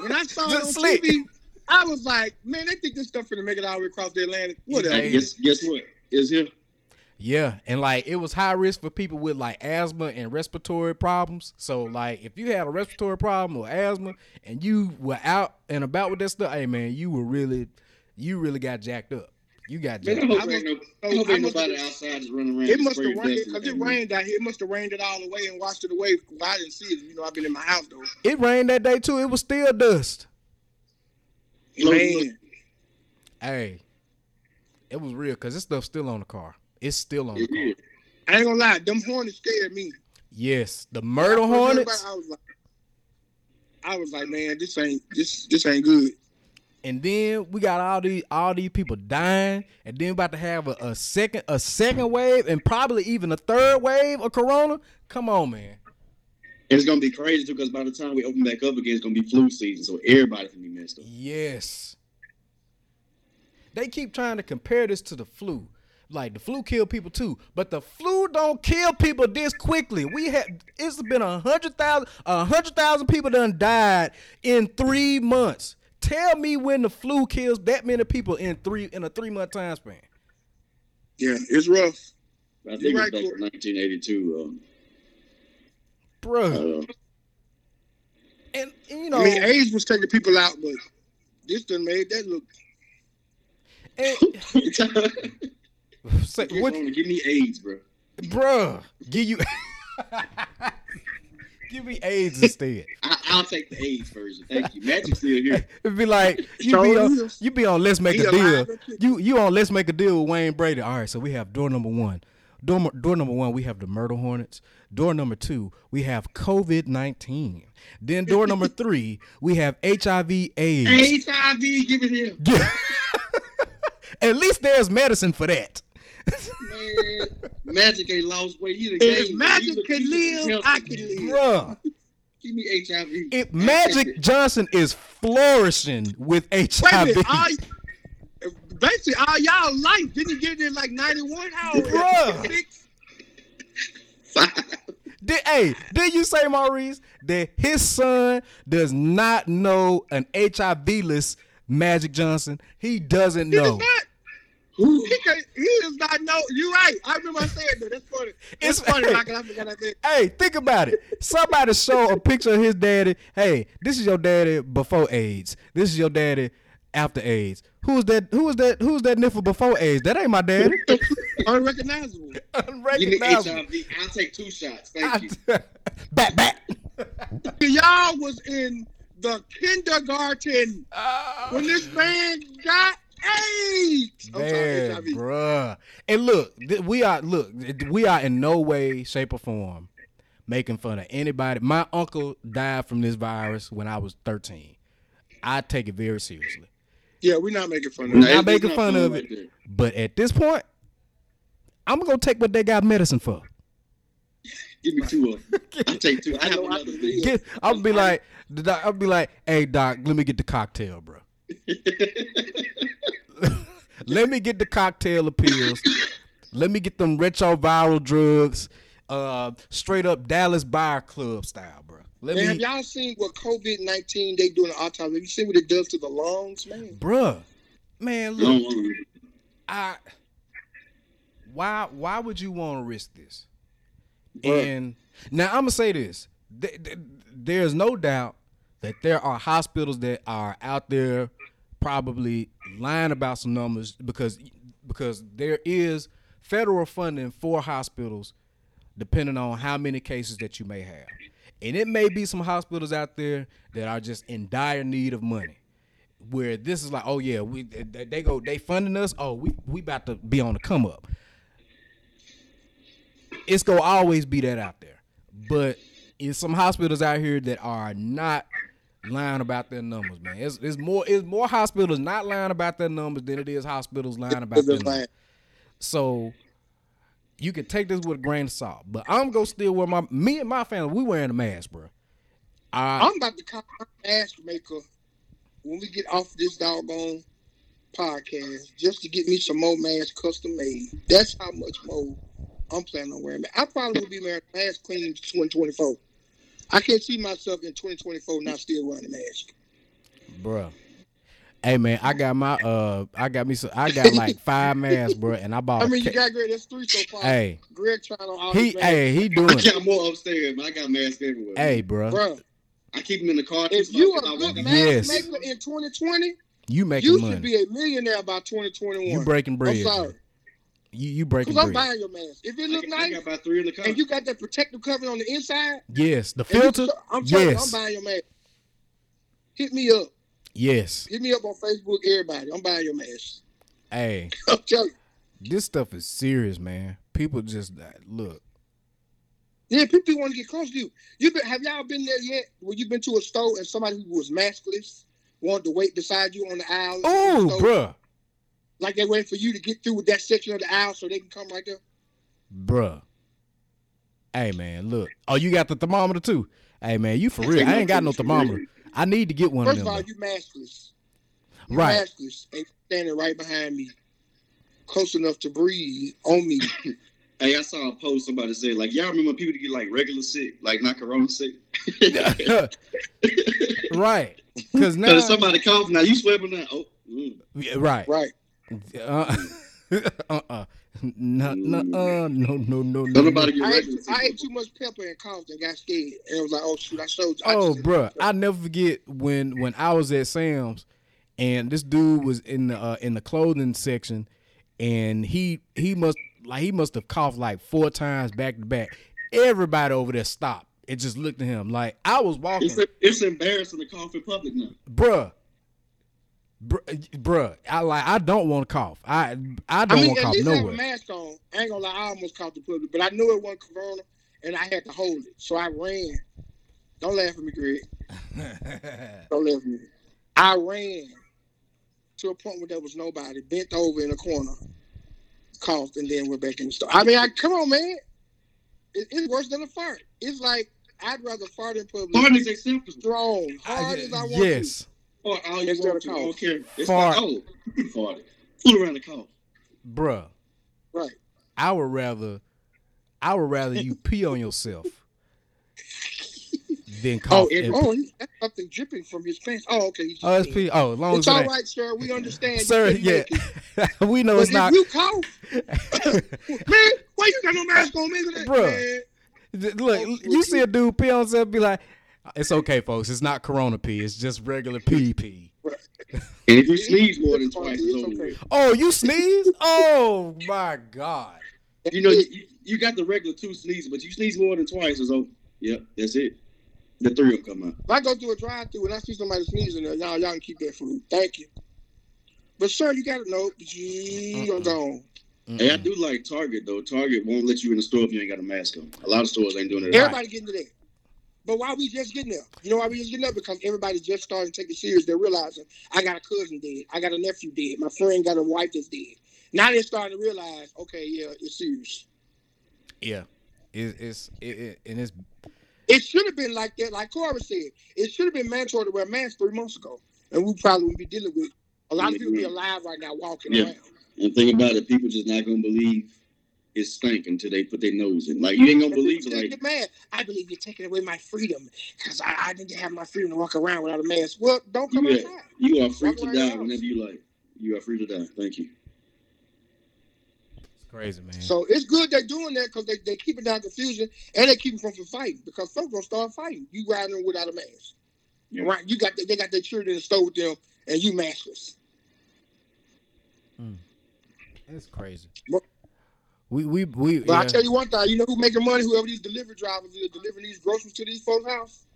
S2: When I saw it
S1: Just
S2: on
S1: slick.
S2: TV, I was like, man, they think this stuff gonna make it all the way across the Atlantic. Whatever.
S1: Yeah.
S3: Hey, guess guess what? It's here.
S1: Yeah, and like it was high risk for people with like asthma and respiratory problems. So like if you had a respiratory problem or asthma and you were out and about with that stuff, hey man, you were really you really got jacked up. You got
S3: Man, I
S1: jumped.
S3: hope,
S2: I
S3: ain't no,
S2: I
S3: I hope
S2: must-
S3: ain't nobody outside just running around.
S2: It must have
S3: spraying
S2: rained
S3: dust
S2: because it
S3: and-
S2: rained out here. It must have rained it all away and washed it away. I didn't see it. You know, I've been in my house though.
S1: It rained that day too. It was still dust.
S3: Look,
S2: Man,
S1: Hey, it was real because this stuff's still on the car. It's still on the
S3: look,
S1: car.
S3: it is.
S2: I ain't gonna lie. Them hornets scared me.
S1: Yes, the Myrtle Hornets,
S2: I was like, I was like, man, this ain't this this ain't good.
S1: and then we got all these all these people dying, and then about to have a, a second a second wave, and probably even a third wave of Corona. Come on, man.
S3: It's gonna be crazy too, because by the time we open back up again, it's gonna be flu season, so everybody can be messed up.
S1: Yes. They keep trying to compare this to the flu. Like the flu kill people too, but the flu don't kill people this quickly. We have it's been a hundred thousand a hundred thousand people done died in three months. Tell me when the flu kills that many people in three in a three month time span.
S2: Yeah, it's rough.
S3: I think
S2: right,
S3: it's back
S2: Corey.
S3: in 1982. Um,
S1: Bruh.
S3: uh,
S1: And, and, you know
S2: I mean, AIDS was taking people out, but this done made that look.
S1: and, say,
S3: Get
S1: what,
S3: Corona, give me AIDS, bro.
S1: bruh, give you give me AIDS instead.
S3: I, I'll take the AIDS version. Thank you. Magic's still here.
S1: It'd be like you
S2: Sure
S1: be on,
S2: is.
S1: you be on Let's Make
S2: He
S1: a
S2: alive
S1: Deal.
S2: and kicking.
S1: You you on Let's Make a Deal with Wayne Brady. All right, so we have door number one. Door mu- door number one, we have the Myrtle Hornets. Door number two, we have COVID nineteen. Then door number three, we have HIV AIDS.
S3: HIV, give it here.
S1: Yeah. At least there's medicine for that.
S3: Man, Magic ain't lost weight. He the
S2: If
S3: game.
S2: Magic can live, I can live.
S1: Bruh.
S3: Give me HIV.
S1: It, Magic Johnson is flourishing with
S2: Wait a
S1: HIV.
S2: minute, all, basically all y'all life didn't you get it in like '91. How old?
S1: Bruh.
S2: 56?
S1: Did, hey, did you say, Maurice, that his son does not know an HIV-less Magic Johnson? He doesn't
S2: He does
S1: know.
S2: not.
S3: Who?
S2: He, can't, he does not know. You're right. I remember I said that. That's funny. It's
S1: It's-
S2: funny. Like, I forgot I said.
S1: Hey, think about it. Somebody show a picture of his daddy. Hey, this is your daddy before AIDS. This is your daddy after AIDS. Who's that? Who's that? Who's that niffle before AIDS? That ain't my daddy.
S2: Unrecognizable.
S3: Give me
S1: Unrecognizable.
S3: HIV. I'll take two shots. Thank
S1: I-
S3: you.
S1: back, back.
S2: Y'all was in the kindergarten
S1: Ah.
S2: when this man got AIDS. I'm sorry,
S1: Man,
S2: HIV.
S1: bruh. And look, th- we are look, th- we are in no way, shape, or form making fun of anybody. My uncle died from this virus when I was 13. I take it very seriously.
S2: Yeah, we're not making fun of
S1: Nah,
S2: that.
S1: I'm making
S3: It's not
S1: fun
S3: cool
S1: of
S3: right
S1: it.
S3: there.
S1: But at this point, I'm gonna go take what they got medicine for.
S3: Give me two of them. I'll take two. I have another thing.
S1: Get, I'll be like, the doc, I'll be like, hey doc, let me get the cocktail, bro. let me get the cocktail of pills. let me get them retroviral drugs, uh, straight up Dallas Buyer Club style, bro. Let
S2: Man, have
S1: me,
S2: y'all seen what COVID nineteen they doing an autopsy? Have you seen what it does to the lungs, man?
S1: bruh. Man,
S3: No,
S1: look,
S3: um,
S1: I. Why? Why would you want to risk this?
S3: Bruh.
S1: And now I'm gonna say this: Th- th- there's no doubt that there are hospitals that are out there probably lying about some numbers because because there is federal funding for hospitals depending on how many cases that you may have. And it may be some hospitals out there that are just in dire need of money. Where this is like, oh yeah, we they they go they funding us. Oh, we we about to be on the come up. It's gonna always be that out there. But in some hospitals out here that are not lying about their numbers, man. It's, it's more it's more hospitals not lying about their numbers than it is hospitals lying about their
S2: It's
S1: numbers.
S2: like,
S1: So you can take this with a grain of salt, but I'm gonna still wear my me and my family. We wearing a mask, bro. I
S2: I'm about to call my mask maker when we get off this doggone podcast just to get me some more masks custom made. That's how much more I'm planning on wearing. I probably will be wearing a mask clean in 2024. I can't see myself in 2024 not still wearing a mask.
S1: bro. Hey man, I got my uh, I got me so I got like five masks, bro, and I bought.
S2: I
S1: a
S2: mean, you
S1: ca-
S2: got great. That's three so far.
S1: hey,
S2: Greg trying on all
S1: he
S2: these masks.
S1: hey he
S3: I
S1: doing it.
S3: got more upstairs, but I got masks everywhere.
S1: Hey, bro.
S2: Bruh,
S3: I keep them in the car. too,
S2: If
S3: so
S2: you
S3: if
S2: a
S3: I
S2: good
S3: walk
S2: mask
S1: Yes.
S2: maker in 2020,
S1: You making
S2: You
S1: money.
S2: should be a millionaire by 2021.
S1: you breaking bread.
S2: I'm sorry.
S1: You you breaking
S2: Because I'm
S1: bread.
S2: buying your mask. If it
S3: I
S2: look
S3: got, I
S2: nice
S3: got about three in the car.
S2: and you got that protective cover on the inside,
S1: yes, the
S2: and you-
S1: filter.
S2: I'm telling you, I'm
S1: yes,
S2: buying your mask. Hit me up.
S1: yes.
S2: Hit me up on Facebook, everybody. I'm buying your mask.
S1: Hey,
S2: I'm telling you.
S1: this stuff is serious, man. People just uh, look.
S2: Yeah, people want to get close to you. You been, have y'all been there yet? Where you been to a store and somebody who was maskless wanted to wait beside you on the aisle? in the
S1: Oh,
S2: store?
S1: bruh,
S2: Like they waiting for you to get through with that section of the aisle so they can come right there.
S1: bruh. Hey, man, look. Oh, you got the thermometer too. Hey, man, you for real? I ain't got no thermometer. I need to get one of
S2: First of
S1: them.
S2: all,
S1: though.
S2: you maskless. You
S1: Right.
S2: Maskless and standing right behind me, close enough to breathe on me.
S3: Hey, I saw a post somebody said like, y'all remember people to get like regular sick, like not corona sick.
S1: right. Because now,
S3: Cause somebody cough now, you sweating now. Oh, mm.
S1: Yeah, right.
S2: right.
S1: Uh, uh-uh. No, no, uh, no, no, no, no.
S3: don't nobody get
S2: I ate,
S3: regular sick.
S2: I ate too much pepper and coughed and got scared. And I was like, oh, shoot, I showed you. I
S1: Oh,
S2: just-
S1: bruh, I never forget when when I was at Sam's, and this dude was in the uh, in the clothing section, and he he must like he must have coughed like four times back to back. Everybody over there stopped and just looked at him like I was walking,
S3: It's, it's embarrassing to cough in public now.
S1: bruh. Bruh, bruh, I like. I don't want to cough. I I
S2: I
S1: don't
S2: mean,
S1: want to
S2: at
S1: cough
S2: least I have a
S1: nowhere.
S2: mask on. I ain't gonna lie, I almost caught the public, but I knew it wasn't Corona, and I had to hold it, so I ran. Don't laugh at me, Greg. Don't laugh at me. I ran to a point where there was nobody, bent over in a corner, coughed, and then went back in the store. I mean, I come on, man. It, it's worse than a fart. It's like I'd rather fart in public.
S3: Fart is acceptable.
S2: strong, hard as I want
S1: yes.
S3: Fart all you
S2: Instead
S3: want
S2: of
S3: to. I don't
S2: cough.
S3: care. It's
S1: Fart.
S3: Like, oh, you farted. Fool around the cough.
S1: bruh,
S2: to. Right.
S1: I would rather, I would rather you pee on yourself than cough.
S2: Oh, and,
S1: and-
S2: oh, he- that's something dripping from his pants. Oh, okay. He's just
S1: oh, it's
S2: peeing.
S1: pee. Oh, as long
S2: It's
S1: as it
S2: all
S1: ain't-
S2: right, sir. We understand. You
S1: sir,
S2: couldn't
S1: yeah,
S2: make it.
S1: we know
S2: But
S1: it's
S2: if
S1: not.
S2: you cough, man, why you got no mask on, man? Look at that,
S1: Bruh.
S2: man. Oh,
S1: Look, you see a dude pee on himself, be like, "Uh, "It's okay, folks. It's not corona pee. It's just regular pee pee."
S3: And if you sneeze more than twice, it's
S2: It's
S3: over
S2: okay.
S3: with.
S1: Oh, you sneeze? Oh my god!
S3: You know, you, you- you got the regular two sneezes, but you sneeze more than twice, it's over. Yep, that's it. The three of them come out.
S2: If I go through a drive-through and I see somebody sneezing, there, y'all, y'all can keep that from me. Thank you. But sir, you got to know. Gee, I'm
S1: Mm-mm.
S2: gone.
S3: Hey, I
S1: Mm-mm.
S3: do like Target though. Target won't let you in the store if you ain't got a mask on. A lot of stores ain't doing it.
S1: Yeah.
S2: Everybody getting to that. But why we just getting there? You know why we just getting there? Because everybody just starting to take it serious. They're realizing I got a cousin dead. I got a nephew dead. My friend got a wife that's dead. Now they're starting to realize, okay, yeah, it's serious.
S1: Yeah, it, it's it, it, and it's
S2: It should have been like that, like Cora said. It should have been mandatory to wear masks three months ago, and we probably would be dealing with a lot of people be alive right now walking
S3: Mm-hmm. Yeah.
S2: around.
S3: And think about it, people just not gonna believe it stink until they put their nose in. Like you ain't gonna
S2: And people
S3: believe
S2: still
S3: it. Like
S2: get mad. I believe you're taking away my freedom because I, I didn't have my freedom to walk around without a mask. Well, don't come
S3: Yeah.
S2: outside.
S3: you are free
S2: Walk
S3: to
S2: around
S3: die
S2: your
S3: whenever
S2: house.
S3: you like. You are free to die. Thank you.
S1: crazy, man.
S2: So it's good they're doing that because they they keeping down confusion and they keep them from fighting because folks gonna start fighting. You riding without a mask,
S3: Yeah.
S2: right? You got they got their children in the store with them, and you maskless.
S1: It's crazy.
S2: But-
S1: We we we.
S2: But I
S1: yeah.
S2: tell you one thing, you know who making money? Whoever these delivery drivers is delivering these groceries to these folks' house.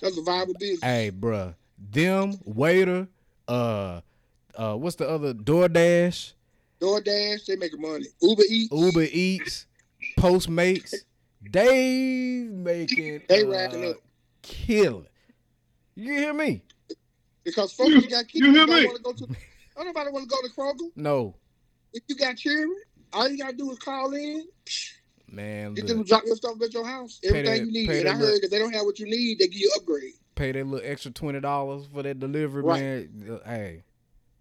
S2: That's a viable business.
S1: Hey, bruh. Them waiter. Uh, uh, what's the other? DoorDash,
S2: DoorDash, they making money. Uber Eats,
S1: Uber Eats, Postmates. They making
S2: they
S1: uh,
S2: racking up
S1: killing. You hear me?
S2: because folks
S3: You-
S2: that got kids.
S3: you hear
S2: don't
S3: me?
S2: wanna go to- don't nobody want to go to Kroger.
S1: No,
S2: If you got children, all you gotta do is call in.
S1: man.
S2: Get
S1: Look,
S2: them to drop your stuff at your house. Everything
S1: that-
S2: you need.
S1: pay
S2: And I
S1: that
S2: heard if they don't have what you need, they give you upgrade.
S1: pay that little extra twenty dollars for that delivery,
S2: Right.
S1: man. Uh, Hey,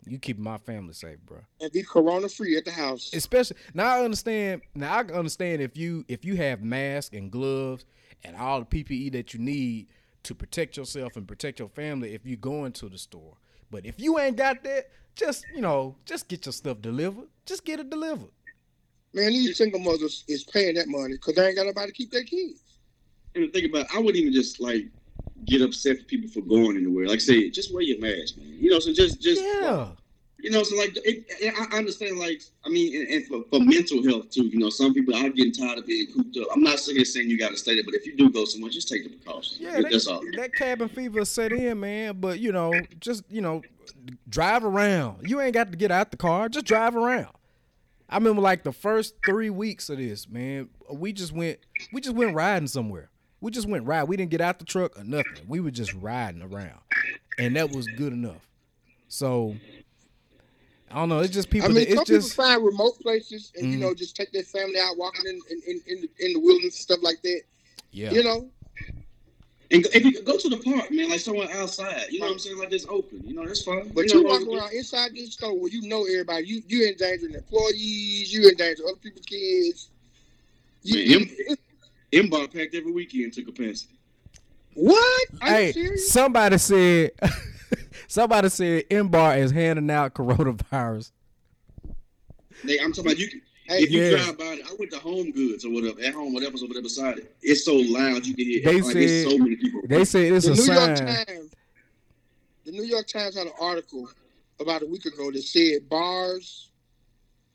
S1: you keep my family safe, bruh.
S2: And be corona free at the house.
S1: especially now i understand now i can understand if you if you have masks and gloves and all the ppe that you need to protect yourself and protect your family if you going to the store but if you ain't got that just you know just get your stuff delivered just get it delivered
S2: Man, these single mothers is paying that money because they ain't got nobody to keep their kids.
S3: And think about it, I wouldn't even just like get upset for people for going anywhere. Like I said, just wear your mask, man. You know, so just just
S1: Yeah.
S3: you know, so like it, it, I understand. Like I mean, and, and for, for mental health too, you know, some people are getting tired of being cooped up. I'm not sitting saying you got to stay there, but if you do go somewhere, just take the precautions.
S1: Yeah, that,
S3: that's all.
S1: that cabin fever set in, man. But you know, just you know, drive around. You ain't got to get out the car. Just drive around. I remember like the first three weeks of this, man. We just went, we just went riding somewhere. We just went ride. We didn't get out the truck or nothing. We were just riding around, and that was good enough. So I don't know. It's just people.
S2: I mean,
S1: that,
S2: some
S1: it's just
S2: people find remote places and you
S1: Mhm.
S2: know just take their family out walking in in, in, in, the, in the wilderness stuff like that.
S1: yeah.
S2: You know,
S3: And go- if you go to the park, man, like somewhere outside, you know what I'm saying? Like it's open, you know, that's fine.
S2: but
S3: you
S2: you
S3: know,
S2: walk around inside this store where you know everybody. You you endangering employees. You endangering other people's kids. You,
S3: Man, em- Inbox packed every weekend to capacity.
S2: what? Are you
S1: hey,
S2: serious?
S1: somebody said, somebody said, Mbar is handing out coronavirus.
S3: They, I'm talking about you. can-
S2: Hey,
S3: if you
S1: yeah.
S3: drive by, it, I went to Home Goods or whatever, at home, whatever's over there beside it. It's so loud you can hear.
S1: They
S3: like, it's
S1: said-
S3: so many people.
S1: They said it's
S2: the
S1: a
S2: New York
S1: sign.
S2: Times. The New York Times had an article about a week ago that said bars,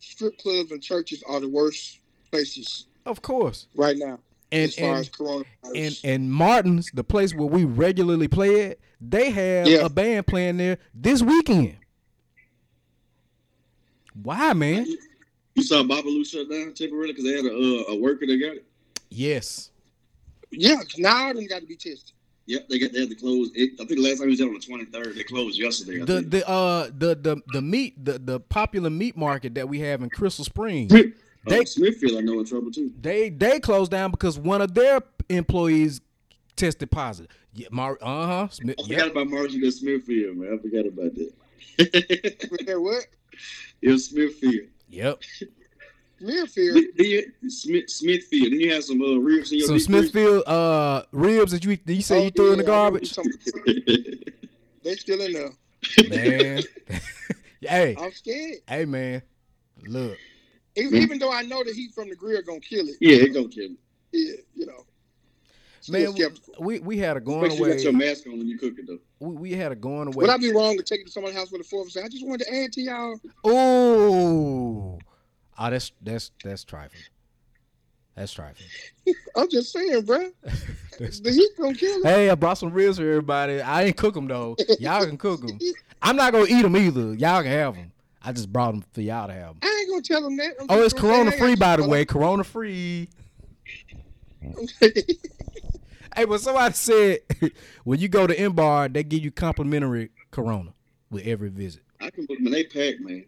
S2: strip clubs, and churches are the worst places
S1: Of course.
S2: right now
S1: And
S2: as far as
S1: and,
S2: coronavirus.
S1: and and Martin's, the place where we regularly play it, they have
S2: Yeah.
S1: a band playing there this weekend. Why, man?
S3: you saw Babalu shut down temporarily because they had a, uh, a worker that got it.
S1: Yes.
S2: yeah, 'cause now they got to be tested.
S3: Yep, they got they had to close. It, I think the last time we was there on the 23rd, they closed yesterday. I
S1: The
S3: think.
S1: the uh the the the meat the the popular meat market that we have in Crystal Springs,
S3: Smith- oh,
S1: they-
S3: Smithfield, I know in trouble too.
S1: they they closed down because one of their employees tested positive. Yeah, Mar- uh huh. Smith,
S3: I forgot
S1: yep.
S3: about Marjorie to Smithfield, man. I forgot about that.
S2: But they're what?
S3: it was Smithfield.
S1: Yep.
S2: Mirfield.
S3: Then you, Smith, Smithfield. Then you have some uh, ribs in your
S1: Some
S3: deep dish.
S1: Smithfield uh ribs that you that you
S2: Oh,
S1: say you threw in the garbage.
S2: They still in there.
S1: man. hey,
S2: I'm scared.
S1: hey, man. Look,
S2: Even,
S1: Mm-hmm.
S2: even though I know the heat from the grill gonna kill it.
S3: yeah, it go kill. you.
S2: Yeah, you know. Still
S1: man.
S2: skeptical.
S1: We we had a going
S3: Make sure you
S1: away.
S3: got your mask on when you cook it though.
S1: We, we had a going away.
S2: Would I be wrong to take it to someone's house with a fork and say, I just wanted to add to y'all?
S1: Ooh, oh, that's that's that's trifling. That's trifling.
S2: I'm just saying, bruh.
S1: That's-
S2: The heat gonna kill it.
S1: hey, I brought some ribs for everybody. I didn't cook them though. Y'all can cook them. I'm not gonna eat them either. Y'all can have them. I just brought them for y'all to have them.
S2: I ain't gonna tell them that. I'm
S1: Oh, it's
S2: just gonna
S1: Corona
S2: say, "Hey, I
S1: free,
S2: just
S1: by the
S2: wanna-"
S1: way. Corona free. Hey, but somebody said when you go to M Bar, they give you complimentary Corona with every visit.
S3: I can put them. They pack, man.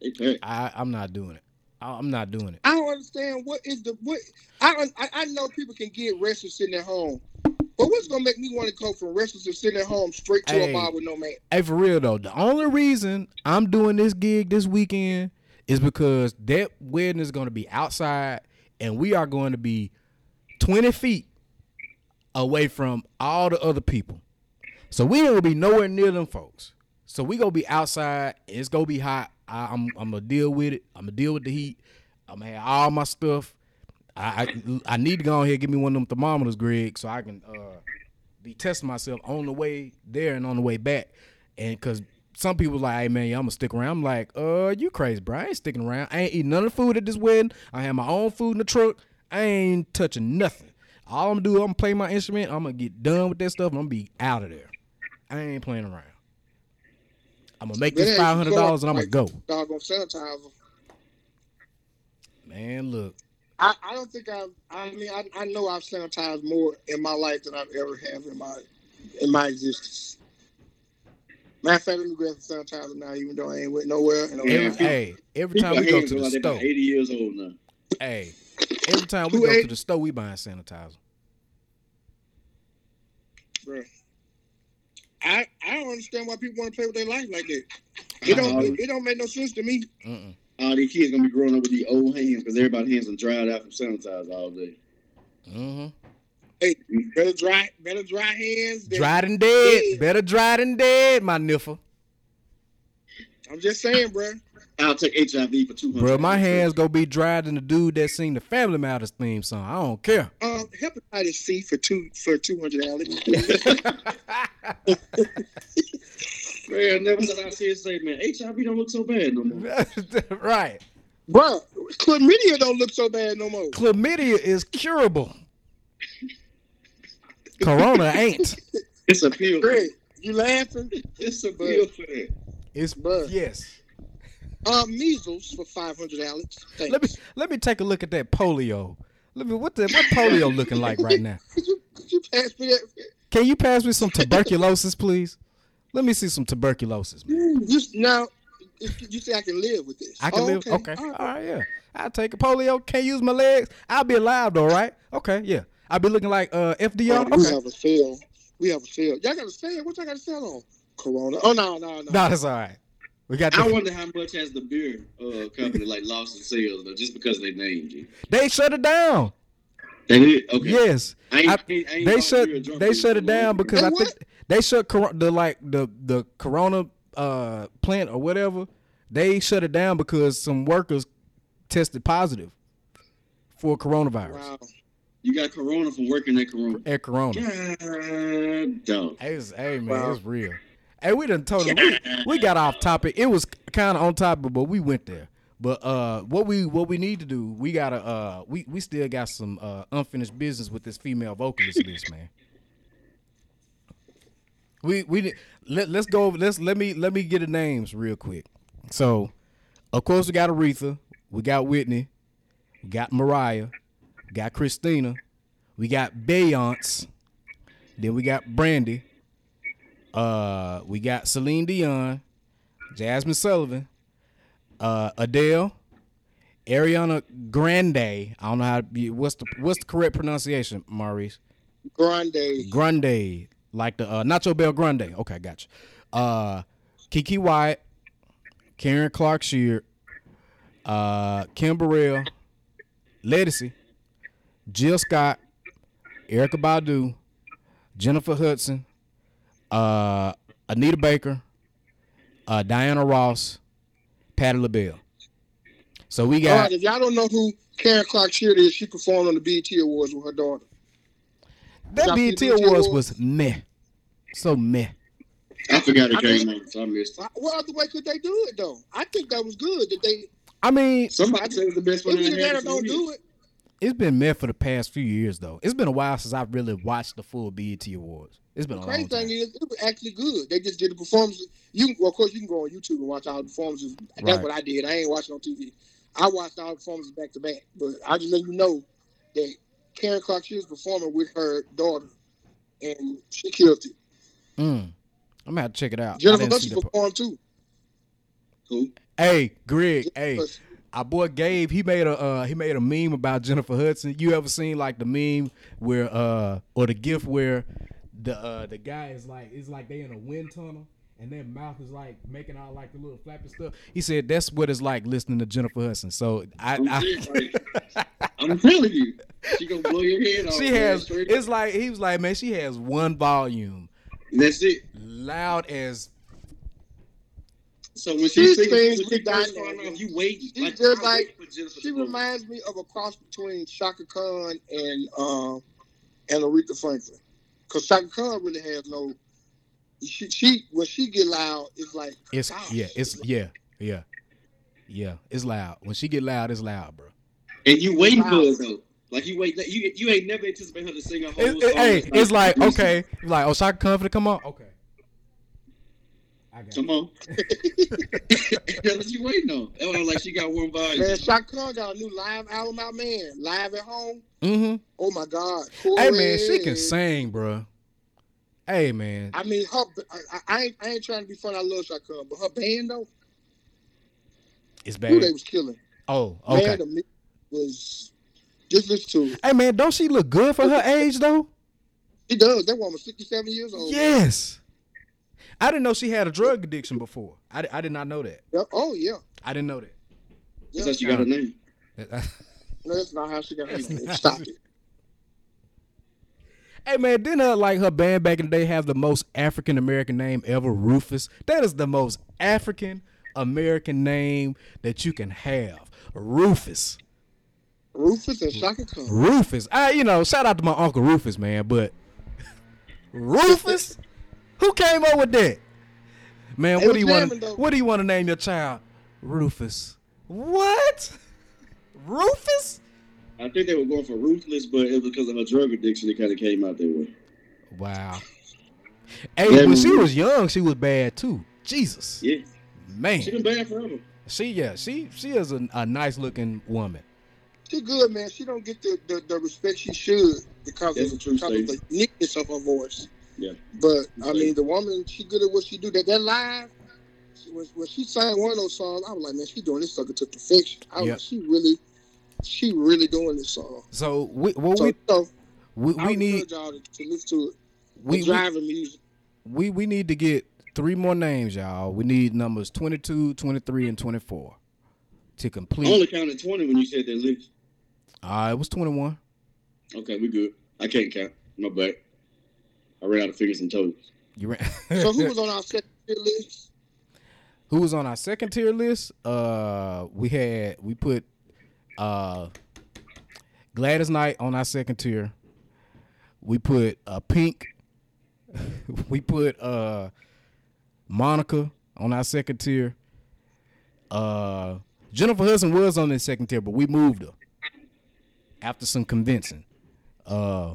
S3: They pack.
S1: I, I'm not doing it. I, I'm not doing it.
S2: I don't understand what is the what. I, don't- I I know people can get restless sitting at home, but what's gonna make me want to go from restless to sitting at home straight to
S1: Hey.
S2: a bar with no man?
S1: Hey, for real though, the only reason I'm doing this gig this weekend is because that wedding is going to be outside, and we are going to be 20 feet away from all the other people. So we ain't gonna be nowhere near them folks. So we gonna be outside. It's gonna be hot. I, I'm I'm gonna deal with it. I'm gonna deal with the heat. I'm gonna have all my stuff. I, I I need to go on here and give me one of them thermometers, Greg, so I can uh, be testing myself on the way there and on the way back. And cause some people like, hey man, yeah, I'm gonna stick around. I'm like, uh, you crazy, bro? I ain't sticking around. I ain't eating none of the food at this wedding. I have my own food in the truck. I ain't touching nothing. All I'm gonna do, I'm gonna play my instrument. I'm gonna get done with that stuff. I'm gonna be out of there. I ain't playing around. I'm gonna make this
S2: Then
S1: five hundred dollars and I'm gonna
S2: like,
S1: go.
S2: Doggone sanitizer.
S1: Man, look,
S2: I, I don't think I've. I mean, I, I know I've sanitized more in my life than I've ever have in my in my existence. Matter of fact, let me grab some sanitizer now, even though I ain't went nowhere. And I'm
S1: every,
S2: not-
S1: hey, every time
S3: People
S1: we go
S3: hands
S1: to
S3: are
S1: the
S3: like they
S1: store,
S3: about 80 years old now.
S1: hey, every time we
S2: Who
S1: go
S2: ate-
S1: to the store, we buying sanitizer.
S2: bruh. I I don't understand why people want to play with their life like that. It don't it, it don't make no sense to me.
S1: Mm-mm.
S3: All these kids gonna be growing up with these old hands because everybody's hands are dried out from sanitizer all day.
S1: Mm-hmm.
S2: Better dry better dry hands. Than,
S1: Dry than dead.
S2: Yeah.
S1: Better dry than dead, my niffer.
S2: I'm just saying, bruh.
S3: I'll take HIV for
S2: Mm-hmm.
S3: two hundred.
S1: Bro, my hands gonna be drier than the dude that sing the Family Matters theme song. I don't care.
S2: Um, hepatitis C for two for two hundred dollars.
S3: Man, never said I see it say, man, HIV don't look so bad no more.
S1: right.
S2: Bro, chlamydia don't look so bad no more.
S1: Chlamydia is curable. Corona ain't.
S3: It's a pill.
S2: Greg, you laughing?
S3: It's a pill for that.
S1: It's
S2: Bruh.
S1: yes.
S2: Um, measles for five hundred dollars. Thanks.
S1: Let me let me take a look at that polio. Let me what the what polio looking like right now?
S2: Could you, could you pass me that?
S1: Can you pass me some tuberculosis, please? Let me see some tuberculosis, man.
S2: You, now, you say I can live with this.
S1: I can
S2: Oh,
S1: live. Okay.
S2: All
S1: All
S2: right.
S1: right. Yeah. I'll take a polio. Can't use my legs. I'll be alive though, right? Okay. Yeah. I'll be looking like uh, FDR.
S2: We
S1: Okay.
S2: have a sale. We have a sale. Y'all got a sale. What y'all got a sale on? Corona. Oh no, no, no.
S1: No, that's all right. We got.
S3: I
S1: The,
S3: wonder how much has the beer uh, company like lost in sales though, just because they named you.
S1: they shut it down.
S3: They did. Okay.
S1: Yes.
S3: I ain't,
S1: I-
S3: I, ain't, I ain't
S1: they
S3: bought
S1: shut
S3: beer or drunk
S1: they
S3: beer
S1: shut
S3: for
S1: it down
S3: long.
S1: because
S2: They
S1: I
S2: what?
S1: think they shut cor- the like the the corona uh plant or whatever they shut it down because some workers tested positive for coronavirus
S2: Wow.
S3: you got corona from working at Corona.
S1: at corona.
S3: God, dog.
S1: Hey, it's, hey man,
S2: Wow.
S1: it's real. Hey, we done totally we, we got off topic. It was kind of on topic, but we went there. But uh, what we what we need to do, we gotta uh, we we still got some uh, unfinished business with this female vocalist list, man. We we did- let let's go over let's let me let me get the names real quick. So, of course, we got Aretha, we got Whitney, we got Mariah, we got Christina, we got Beyonce, then we got Brandy, uh, we got Celine Dion, Jasmine Sullivan, uh, Adele, Ariana Grande. I don't know how to be, what's the what's the correct pronunciation, Maurice.
S2: Grande.
S1: Grande, like the uh, Nacho Bell Grande. Okay, gotcha. Uh, Kiki White, Karen Clark Sheard, uh, Kim Burrell, Letticy, Jill Scott, Erica Badu, Jennifer Hudson, uh, Anita Baker, uh, Diana Ross, Patti LaBelle. So we
S2: All
S1: got
S2: right. If y'all don't know who Karen Clark Sheard is, she performed on the BET Awards with her daughter.
S1: that
S2: Y'all see
S1: BET
S2: BET
S1: Awards
S2: Awards?
S1: was meh, so meh.
S3: I forgot it
S2: I
S3: came
S2: mean-
S3: on, so I missed it.
S2: Why- What other way could they do it though? I think that was good that they
S1: I mean,
S3: Somebody said it was the best one.
S2: either
S3: they
S2: that or
S3: had
S2: don't do it.
S1: it's been meh for the past few years though. It's been a while since I've really watched the full BET Awards. It's been a long
S2: Crazy
S1: time.
S2: thing is, it was actually good. They just did the performance. You, well, of course, you can go on YouTube and watch all the performances. That's
S1: Right.
S2: what I did. I ain't watching on TV. I watched all the performances back to back. But I just let you know that Karen Clark she was performing with her daughter, and she killed it.
S1: Mm. I'm gonna have to check it out. I
S2: Jennifer
S1: didn't see
S2: Hudson
S1: the po-
S2: performed too.
S3: Who?
S1: hey, Greg. Hey,
S2: Jennifer Hudson.
S1: our boy Gabe. He made a uh, he made a meme about Jennifer Hudson. You ever seen like the meme where uh or the gif where the uh the guy is like it's like they in a wind tunnel. And their mouth is like making all like the little flappy stuff. He said that's what it's like listening to Jennifer Hudson. So I,
S3: I'm,
S1: I
S3: serious, like, I'm telling you, she gonna blow your head off.
S1: she
S3: man,
S1: has.
S3: straight up.
S1: It's like he was like, man, she has one volume.
S3: That's it.
S1: loud as
S3: So when
S2: She
S3: she sings,
S2: sings
S3: when
S2: with
S3: you first
S2: Diana.
S3: start off, you waiting.
S2: She's just like-
S3: I waited for Jennifer
S2: She
S3: to blow.
S2: reminds me of a cross between Shaka Khan and uh, and Aretha Franklin, because Shaka Khan really has no. She, she when she get loud, it's like
S1: it's
S2: gosh.
S1: yeah it's yeah yeah yeah it's loud when she get loud it's loud bro
S3: and you waiting
S2: Wow.
S3: for it though. Like you wait, you you ain't never anticipate her to sing a whole
S1: It- it-
S3: song.
S1: hey it's like
S3: three
S1: okay like oh Shaka Khan for to come on okay I
S3: seconds.
S1: got it.
S3: Come on. That's what you waiting on. That was like she got one volume.
S2: Man, Shaka Khan got a new live album out, man. Live at home.
S1: Mm-hmm.
S2: Oh my God.
S1: hey man she can
S2: Corey.
S1: sing bro hey man
S2: I mean, her. I, I- I ain't. I ain't trying to be funny. I love Shaka Khan, but her band though,
S1: it's
S2: who
S1: bad
S2: they was killing.
S1: oh
S2: Man,
S1: okay
S2: the music was just listen to. it.
S1: hey man don't she look good for her age though
S2: She does. That woman, sixty-seven years old.
S1: yes I didn't know she had a drug addiction before I, I did not know that
S2: Yep. Oh yeah.
S1: I didn't know that
S3: That's how she got her name.
S2: No, that's not how she got her name. Stop it.
S1: Hey man, didn't her, like her band back in the day have the most African American name ever, Rufus? That is the most African American name that you can have. Rufus.
S2: Rufus
S1: Mm-hmm.
S2: and Shaka Khan.
S1: Rufus. I you know, shout out to my uncle Rufus, man, but Rufus? Who came up with that? Man,
S2: They
S1: what
S2: was
S1: do you want
S2: jamming, though.
S1: what do you want to name your child? Rufus. What? Rufus?
S3: I think they were going for ruthless, but it was because of her drug addiction. It kind of came out that way.
S1: Wow. Hey,
S3: Yeah,
S1: when she
S3: Rufus.
S1: was young, she was bad too. Jesus.
S3: Yeah,
S1: Man.
S3: she been bad forever.
S1: She yeah, she she is a, a nice looking woman.
S2: She good, man. She don't get the, the, the respect she should because,
S3: That's
S2: of,
S3: a true
S2: because of the uniqueness of her voice.
S3: Yeah.
S2: But I
S3: Right.
S2: mean, the woman, she good at what she do. That that live, she was when she sang one of those songs, I was like, man, she doing this sucker to perfection. I was
S1: Yep.
S2: like, she really, she really doing this song.
S1: So we what
S2: So,
S1: we
S2: so
S1: we,
S2: I
S1: we
S2: would
S1: need
S2: encourage y'all to, to listen to it. The
S1: we, we
S2: driving music.
S1: we we need to get three more names, y'all. We need numbers 22, 23, and 24 to
S3: I only
S1: complete.
S3: counted twenty when you said that list.
S1: Uh, it was 21.
S3: Okay, we good. I can't count. My bad. I ran out of fingers and toes.
S1: You ran.
S2: So who was on our second tier list?
S1: who was on our second tier list? Uh, we had we put uh Gladys Knight on our second tier. We put uh Pink. we put uh Monica on our second tier. Uh Jennifer Hudson was on this second tier, but we moved her after some convincing. Uh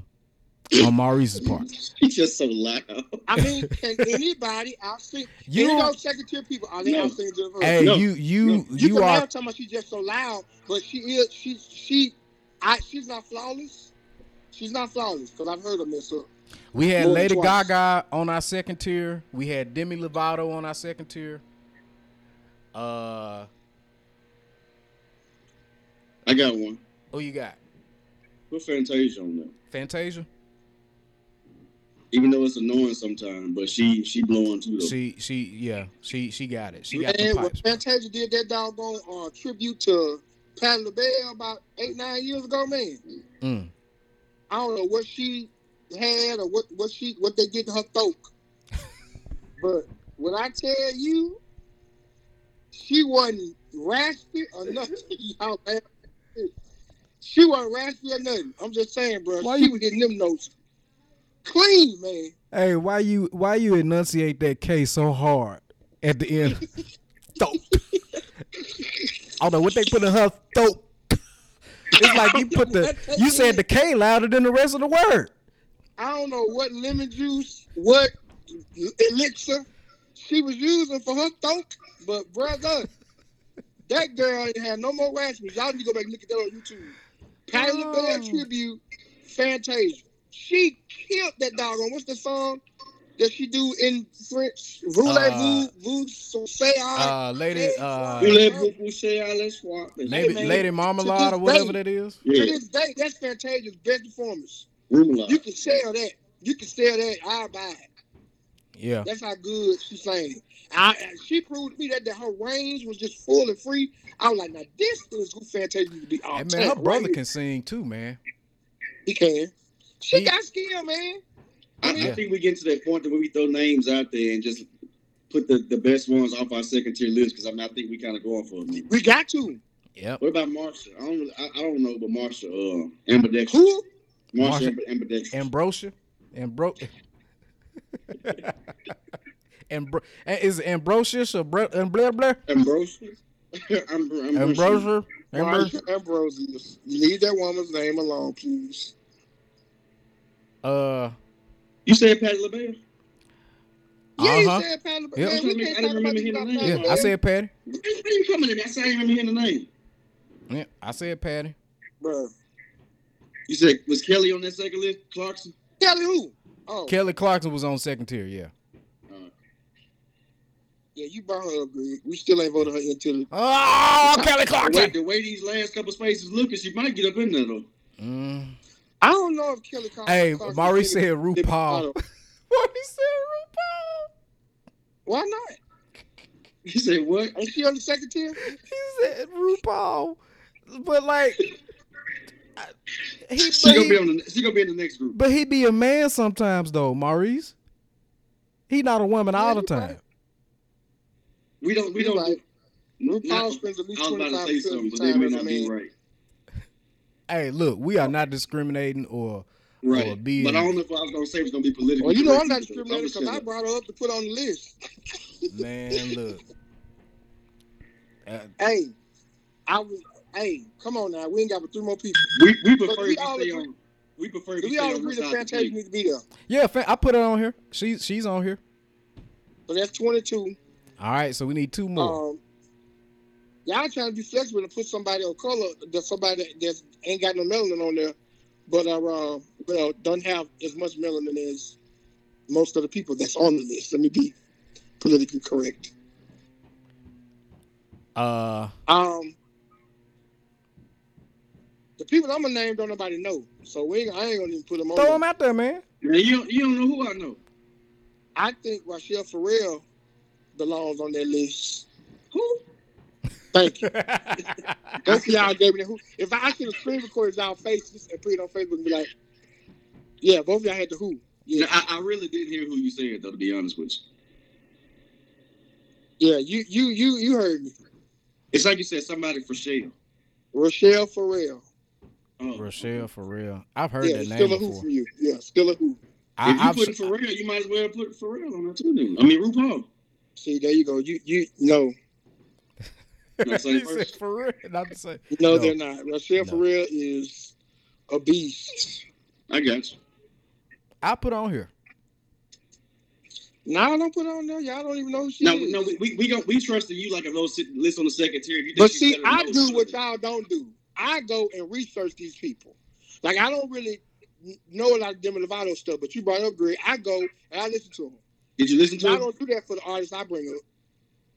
S1: on Maurice's part.
S3: He's just so loud.
S2: I mean, can anybody outsing
S1: You-
S2: you any of those second tier people? Are they
S3: No.
S2: outsinging Jennifer?
S1: Hey,
S3: No,
S1: you you
S2: you,
S1: you
S2: can
S1: are
S2: never tell me she's just so loud, but she is. She she, I she's not flawless. She's not flawless because I've heard her mess up.
S1: We had
S2: More than
S1: Lady
S2: twice.
S1: Gaga on our second tier. We had Demi Lovato on our second tier. Uh,
S3: I got one.
S1: who you got?
S3: Put Fantasia on there.
S1: Fantasia.
S3: Even though it's annoying sometimes, but she she blowing too though.
S1: She, she, yeah, she, she got it. She got the
S2: Man, when
S1: pipes. bro.
S2: Fantasia did that doggone uh, tribute to Patti LaBelle about eight nine years ago, man.
S1: Mm.
S2: I don't know what she had or what what she what they did to her throat. but when I tell you, she wasn't raspy or nothing. Y'all laugh. She wasn't raspy or nothing. I'm just saying, bro.
S1: Why
S2: she
S1: you-
S2: was hitting them notes clean, man.
S1: Hey, why you, why you enunciate that K so hard at the end? Dope. Although what they put in her throat, it's like you put the, you said the K louder than the rest of the word.
S2: I don't know what lemon juice, what elixir she was using for her throat, but brother, that girl ain't had no more raspberries. Y'all need to go back and look at that on YouTube. Patti LaBelle
S1: Oh.
S2: tribute, Fantasia. She killed that dog on what's the song that she do in French? Voulez-vous, vous savez ah?
S1: Uh, lady, uh,
S3: You let people say all that swap.
S1: lady,
S2: man.
S1: lady marmalade or whatever that is.
S2: To
S3: Yeah,
S2: this day, that's Fantasia's best performance.
S3: Rumalot.
S2: You can sell that. You can sell that. I buy it.
S1: Yeah.
S2: That's how good she sang. I, I- she proved to me that, that her range was just full and free. I was like, now this is who Fantasia used to be.
S3: Oh,
S2: All
S1: Hey, man,
S2: time,
S1: her brother
S2: right?
S1: can sing too, man.
S2: He can. She
S1: He-
S2: got skill, man.
S3: I, I think we get to that point that where we throw names out there and just put the, the best ones off our second tier list because I mean I think we kind of going for it.
S2: We got to.
S1: Yep.
S3: What about Marsha? I don't I, I don't know, but Marsha uh, ambidextrous.
S2: Who?
S1: Marsha.
S3: Marsha, Marsha. ambidextrous.
S1: Ambrosia. Ambro Ambro eh, is it Ambrosius or bro- and blah blah
S3: Ambrosius. Am- Ambrosia.
S1: Ambrosia? Amber?
S2: Marsha Ambrosius. Leave that woman's name alone, please.
S1: Uh
S3: You said Patty LaBelle?
S2: Yeah,
S1: Uh-huh.
S2: you said Pamela.
S1: Yep.
S2: Man, we can't talk
S3: I didn't
S2: about
S3: remember
S2: these
S3: his
S2: without
S3: name.
S1: yeah,
S2: Pamela.
S1: I said Patty.
S3: Where where you coming in? I said I didn't even hear the name.
S1: Yeah, I said Patty.
S2: Bruh.
S3: You said was Kelly on that second list? Clarkson.
S2: Kelly who? Oh,
S1: Kelly Clarkson was on second tier, yeah.
S2: yeah, you brought her up, Greg. We still ain't voted her into the.
S1: Oh Kelly
S3: The way,
S1: Clarkson.
S3: the way these last couple spaces looking, she might get up in there though.
S1: Mm.
S2: I don't know if Kelly. Clark-
S1: Hey,
S2: Clarkson-
S1: Maurice said
S2: Kelly-
S1: RuPaul. Maurice said
S2: Why not?
S3: You said what?
S2: Ain't she on the second tier?
S1: RuPaul. He said RuPaul. But like I- he,
S3: She
S1: but
S3: gonna be
S1: he,
S3: on the she gonna be in the next group.
S1: but he be a man sometimes though, Maurice. He not a woman
S2: Yeah,
S1: all the
S2: you right.
S1: time.
S3: We don't we
S2: You
S3: don't
S2: right. Luke
S3: Not-
S2: Paul spends at least
S3: I was about to
S2: 25
S3: say something,
S2: percent
S3: but
S2: of time
S3: they may
S2: as a
S3: not be
S2: man.
S3: right.
S1: Hey, look, we are not discriminating or
S3: Right.
S1: Or being-
S3: But I don't know if what I was gonna say was gonna be political.
S2: Well, you know I'm not discriminating because I brought her up to put on the list.
S1: man, look. Uh,
S2: Hey, I was. Hey, come on now. We ain't got but three more people.
S3: we, we
S2: But
S3: prefer
S2: we
S3: if you
S2: all
S3: stay
S2: agree-
S3: on. We prefer if
S2: Do
S3: you
S2: we
S3: stay
S2: all
S3: on her
S2: agree that
S3: side of the
S2: Fantasia
S3: plate.
S2: needs to be there?
S1: yeah, fa- I put it on here. She's she's on here.
S2: So that's 22.
S1: All right, so we need two more.
S2: Um, y'all trying to be flexible and put somebody of color, that somebody that ain't got no melanin on there, but are uh, well don't have as much melanin as most of the people that's on the list. Let me be politically correct.
S3: Oh.
S1: Uh,
S2: Um, the people I'm gonna name don't nobody know, so we ain't, I ain't gonna even put them on.
S1: throw
S2: there.
S1: them out there, man.
S3: Man, you don't, you don't know who I know.
S2: I think Rochelle Farrell belongs on that list.
S3: Who?
S2: Thank you. Both of y'all gave me the hoop. If I, I could have screen recorded y'all faces and put it on Facebook and be like, yeah, both of y'all had the who.
S3: Yeah, I, I really didn't hear who you said though. To be honest with you,
S2: Yeah, you you you you heard me.
S3: it's like you said somebody for shale.
S2: Rochelle Farrell.
S3: Oh.
S1: Rochelle, for real. I've heard
S2: Yeah,
S1: that
S2: still a
S1: name
S2: who
S1: before.
S2: from you. Yeah, still a who.
S3: If you
S1: I, I've,
S3: put it for real, you might as well put for real on that too. Then. I mean RuPaul.
S2: See, there you go. You you no.
S3: Not the
S1: He
S3: same
S1: said
S3: person.
S1: for real, not the same.
S2: No,
S1: No.
S2: they're not. Rochelle
S1: No.
S2: Farrell is a beast.
S3: I got you.
S1: I put on here.
S2: Nah, don't put her on there. Y'all don't even know who she
S3: No,
S2: is.
S3: no, we we we, don't, we trusted you like a little sit- list on the secretary. If you think
S2: But
S3: you
S2: see,
S3: better than
S2: I
S3: most
S2: do
S3: of
S2: what
S3: it.
S2: y'all don't do. I go and research these people. Like I don't really know a lot of Demi Lovato stuff, but you brought up Greg. I go and I listen to them.
S3: Did you listen to?
S2: I
S3: him?
S2: don't do that for the artists I bring up.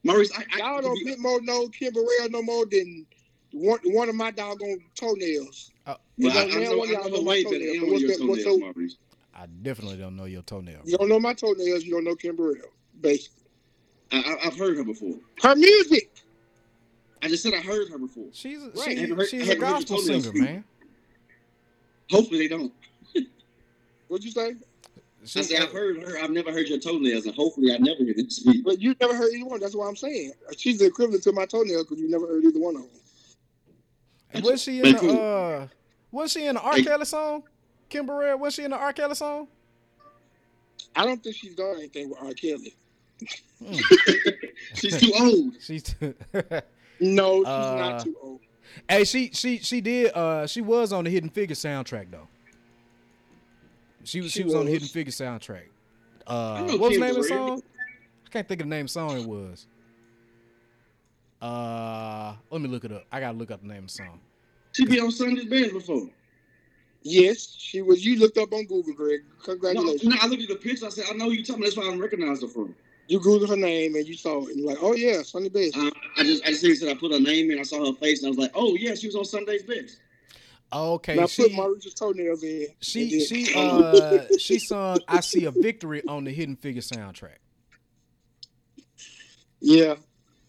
S3: Maurice, I, I,
S2: Y'all don't
S3: we-
S2: get more no Kim Burrell no more than one one of my doggone toenails.
S3: well, I, I
S2: don't know
S3: know,
S2: what
S3: I
S2: y'all
S3: know
S2: know
S3: her way
S2: about
S3: better
S2: toenails,
S3: than
S2: but
S3: one of your
S2: what's that-
S3: toenails,
S2: what's
S3: Maurice.
S1: I definitely don't know your toenail.
S2: You don't know my toenails. You don't know Kim Burrell. Basically,
S3: I, I, I've heard her before.
S2: her music.
S3: I just said I heard her before.
S1: She's
S2: Right.
S1: she,
S3: And her-
S1: she's
S3: and
S1: a
S3: her
S1: gospel
S3: toenails
S1: singer,
S3: too.
S1: man.
S3: Hopefully they don't.
S2: What'd you say?
S3: I
S1: She's
S3: said I've heard her. I've never heard your toenails, and hopefully I never hear them speak.
S2: But you never heard either one. That's what I'm saying. She's the equivalent to my toenail because you never heard either one of them.
S1: was she in
S3: But
S1: the
S3: who-
S1: uh was she in the R.
S3: Hey.
S1: Kelly song? Kim Burrell, was she in the R. Kelly song?
S2: I don't think she's done anything with R. Kelly.
S1: Mm,
S3: She's too old.
S1: she's
S2: No, she's
S1: Uh,
S2: not too old.
S1: Hey, she she she did uh she was on the Hidden Figure soundtrack though. She was she,
S2: She
S1: was, on the
S2: was.
S1: Hidden Figure soundtrack. Uh
S3: know
S1: what was the
S3: Kim
S1: name of the
S3: Burrell.
S1: song? I can't think of the name of the song it was. Uh let me look it up. I gotta look up the name of the song.
S3: She be on Sunday's bed before.
S2: Yes, she was. You looked up on Google, Greg.
S3: No,
S2: Congratulations.
S3: no, I looked at the picture. I said, I know who you talking. about. That's why I don't recognize her from.
S2: You Googled her name and you saw it. And you're like, oh, yeah, Sunny Best.
S3: I, I just, I just said I put her name in. I saw her face, and I was like, oh yeah, she was on Sunday's best.
S1: Okay,
S2: now
S1: she
S2: put Marisha's toenails in. and
S1: she
S2: then-
S1: she uh she sung I See a Victory on the Hidden Figure soundtrack.
S2: yeah,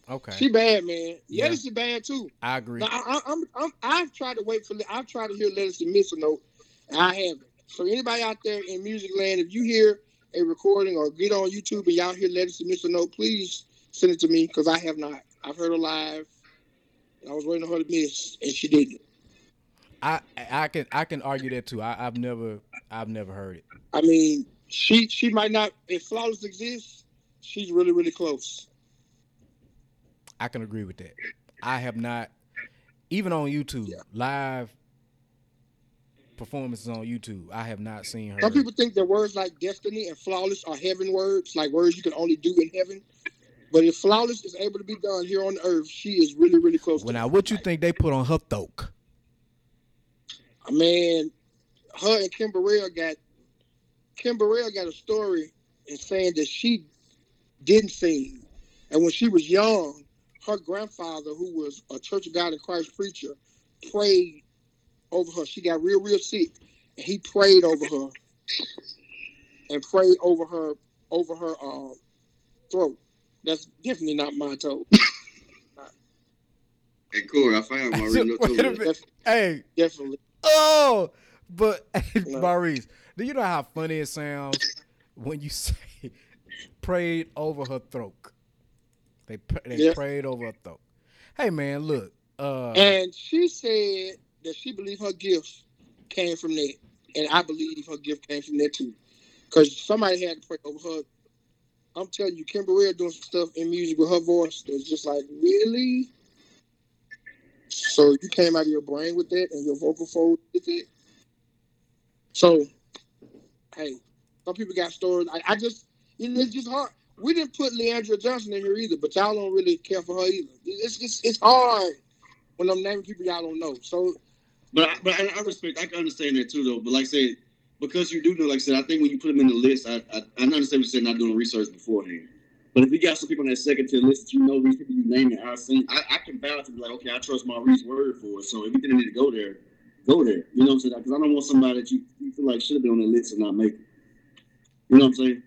S2: she
S1: Okay.
S2: bad, man. Yeah,
S1: Yeah.
S2: this is bad, too.
S1: I agree.
S2: Now, I, I, I'm, I'm, I've tried to wait for, I've tried to hear Lettuce and Miss a note, and I haven't. So, anybody out there in music land, if you hear a recording or get on YouTube and y'all hear Lettuce and Miss a note, please send it to me because I have not. I've heard her live. I was waiting on her to miss, and she didn't.
S1: I I can I can argue that too. I, I've never I've never heard it.
S2: I mean, she she might not if flawless exists, she's really really close.
S1: I can agree with that. I have not, even on YouTube,
S2: Yeah.
S1: live performances on YouTube. I have not seen her.
S2: Some people think that words like destiny and flawless are heaven words, like words you can only do in heaven. But if flawless is able to be done here on earth, she is really really close.
S1: well,
S2: to
S1: now what you think they put on her thoke?
S2: I man, her and Kim Burrell got Kim Burrell got a story in saying that she didn't sing, and when she was young, her grandfather, who was a Church of God in Christ preacher, prayed over her. She got real, real sick, and he prayed over her and prayed over her over her um, throat. That's definitely not my toe.
S3: Hey, cool. I found
S1: Maurice, no Wait a toenails. minute.
S2: Def-
S1: Hey,
S2: definitely.
S1: oh, but
S2: No.
S1: Maurice, do you know how funny it sounds when you say prayed over her throat? They pr- they
S2: Yeah.
S1: prayed over her throat. Hey man, look. Uh,
S2: And she said that she believed her gift came from that. And I believe her gift came from that too. Because somebody had to pray over her. I'm telling you, Kimber Ware doing some stuff in music with her voice that's just like, really? So you came out of your brain with that and your vocal fold with it? So, hey, some people got stories. I, I just, you know, it's just hard. We didn't put Leandra Johnson in here either, but y'all don't really care for her either. It's just, it's hard when I'm naming people y'all don't know. So
S3: But I, but I, I respect. I can understand that too, though. But like I said, because you do know, like I said, I think when you put them in the list, I I, I understand what you said not doing research beforehand. But if you got some people on that second tier list that you know these people you name it, I've seen, I, I can balance and be like, okay, I trust Maurice's word for it. So if you didn't need to go there, go there. You know what I'm saying? Because I don't want somebody that you, you feel like should have been on that list and not make it. You know what I'm saying?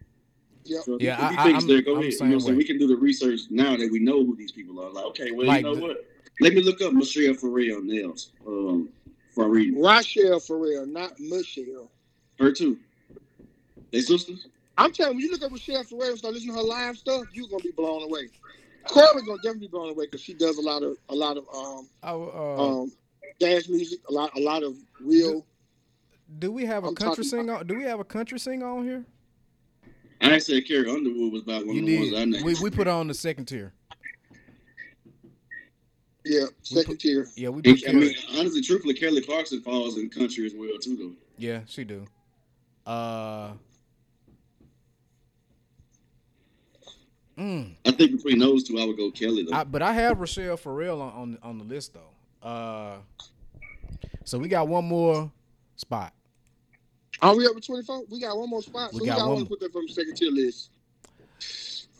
S2: Yep.
S3: So if
S1: Yeah,
S3: you- if you
S1: I-
S3: think
S1: I-
S3: it's there,
S1: I'm-
S3: go
S1: I'm
S3: ahead.
S1: same
S3: you know what I'm saying?
S1: way.
S3: We can do the research now that we know who these people are. Like, okay, well,
S1: Like
S3: you know
S1: the-
S3: what? Let me look up Michelle Ferrell nails um, for reading.
S2: Rochelle for real, not Michelle.
S3: Her too. They sisters.
S2: I'm telling you, when you look at Rochelle Ferrell and start listening to her live stuff, you're gonna be blown away. Corey's gonna definitely be blown away because she does a lot of a lot of um
S1: oh, uh,
S2: um jazz music, a lot a lot of real.
S1: do we have a
S2: I'm
S1: country
S2: talking
S1: singer? Do we have a country singer on here?
S3: I actually said Carrie Underwood was about one
S1: You
S3: of the ones that I
S1: did.
S3: named.
S1: We we put her on the second tier.
S2: Yeah,
S1: put-
S2: second tier.
S1: Yeah, we put
S3: And, I
S1: Carrie.
S3: mean, honestly, truthfully, Kelly Clarkson falls in country as well too, though.
S1: Yeah, she do. Uh. Mm,
S3: I think between those two, I would go Kelly though.
S1: I, but I have Rochelle Farrell on, on on the list though. Uh. So we got one more spot.
S2: Are we up to 24? We got one more spot.
S1: We
S2: so
S1: got
S2: we got
S1: one
S2: one
S1: more.
S2: put that from second tier list.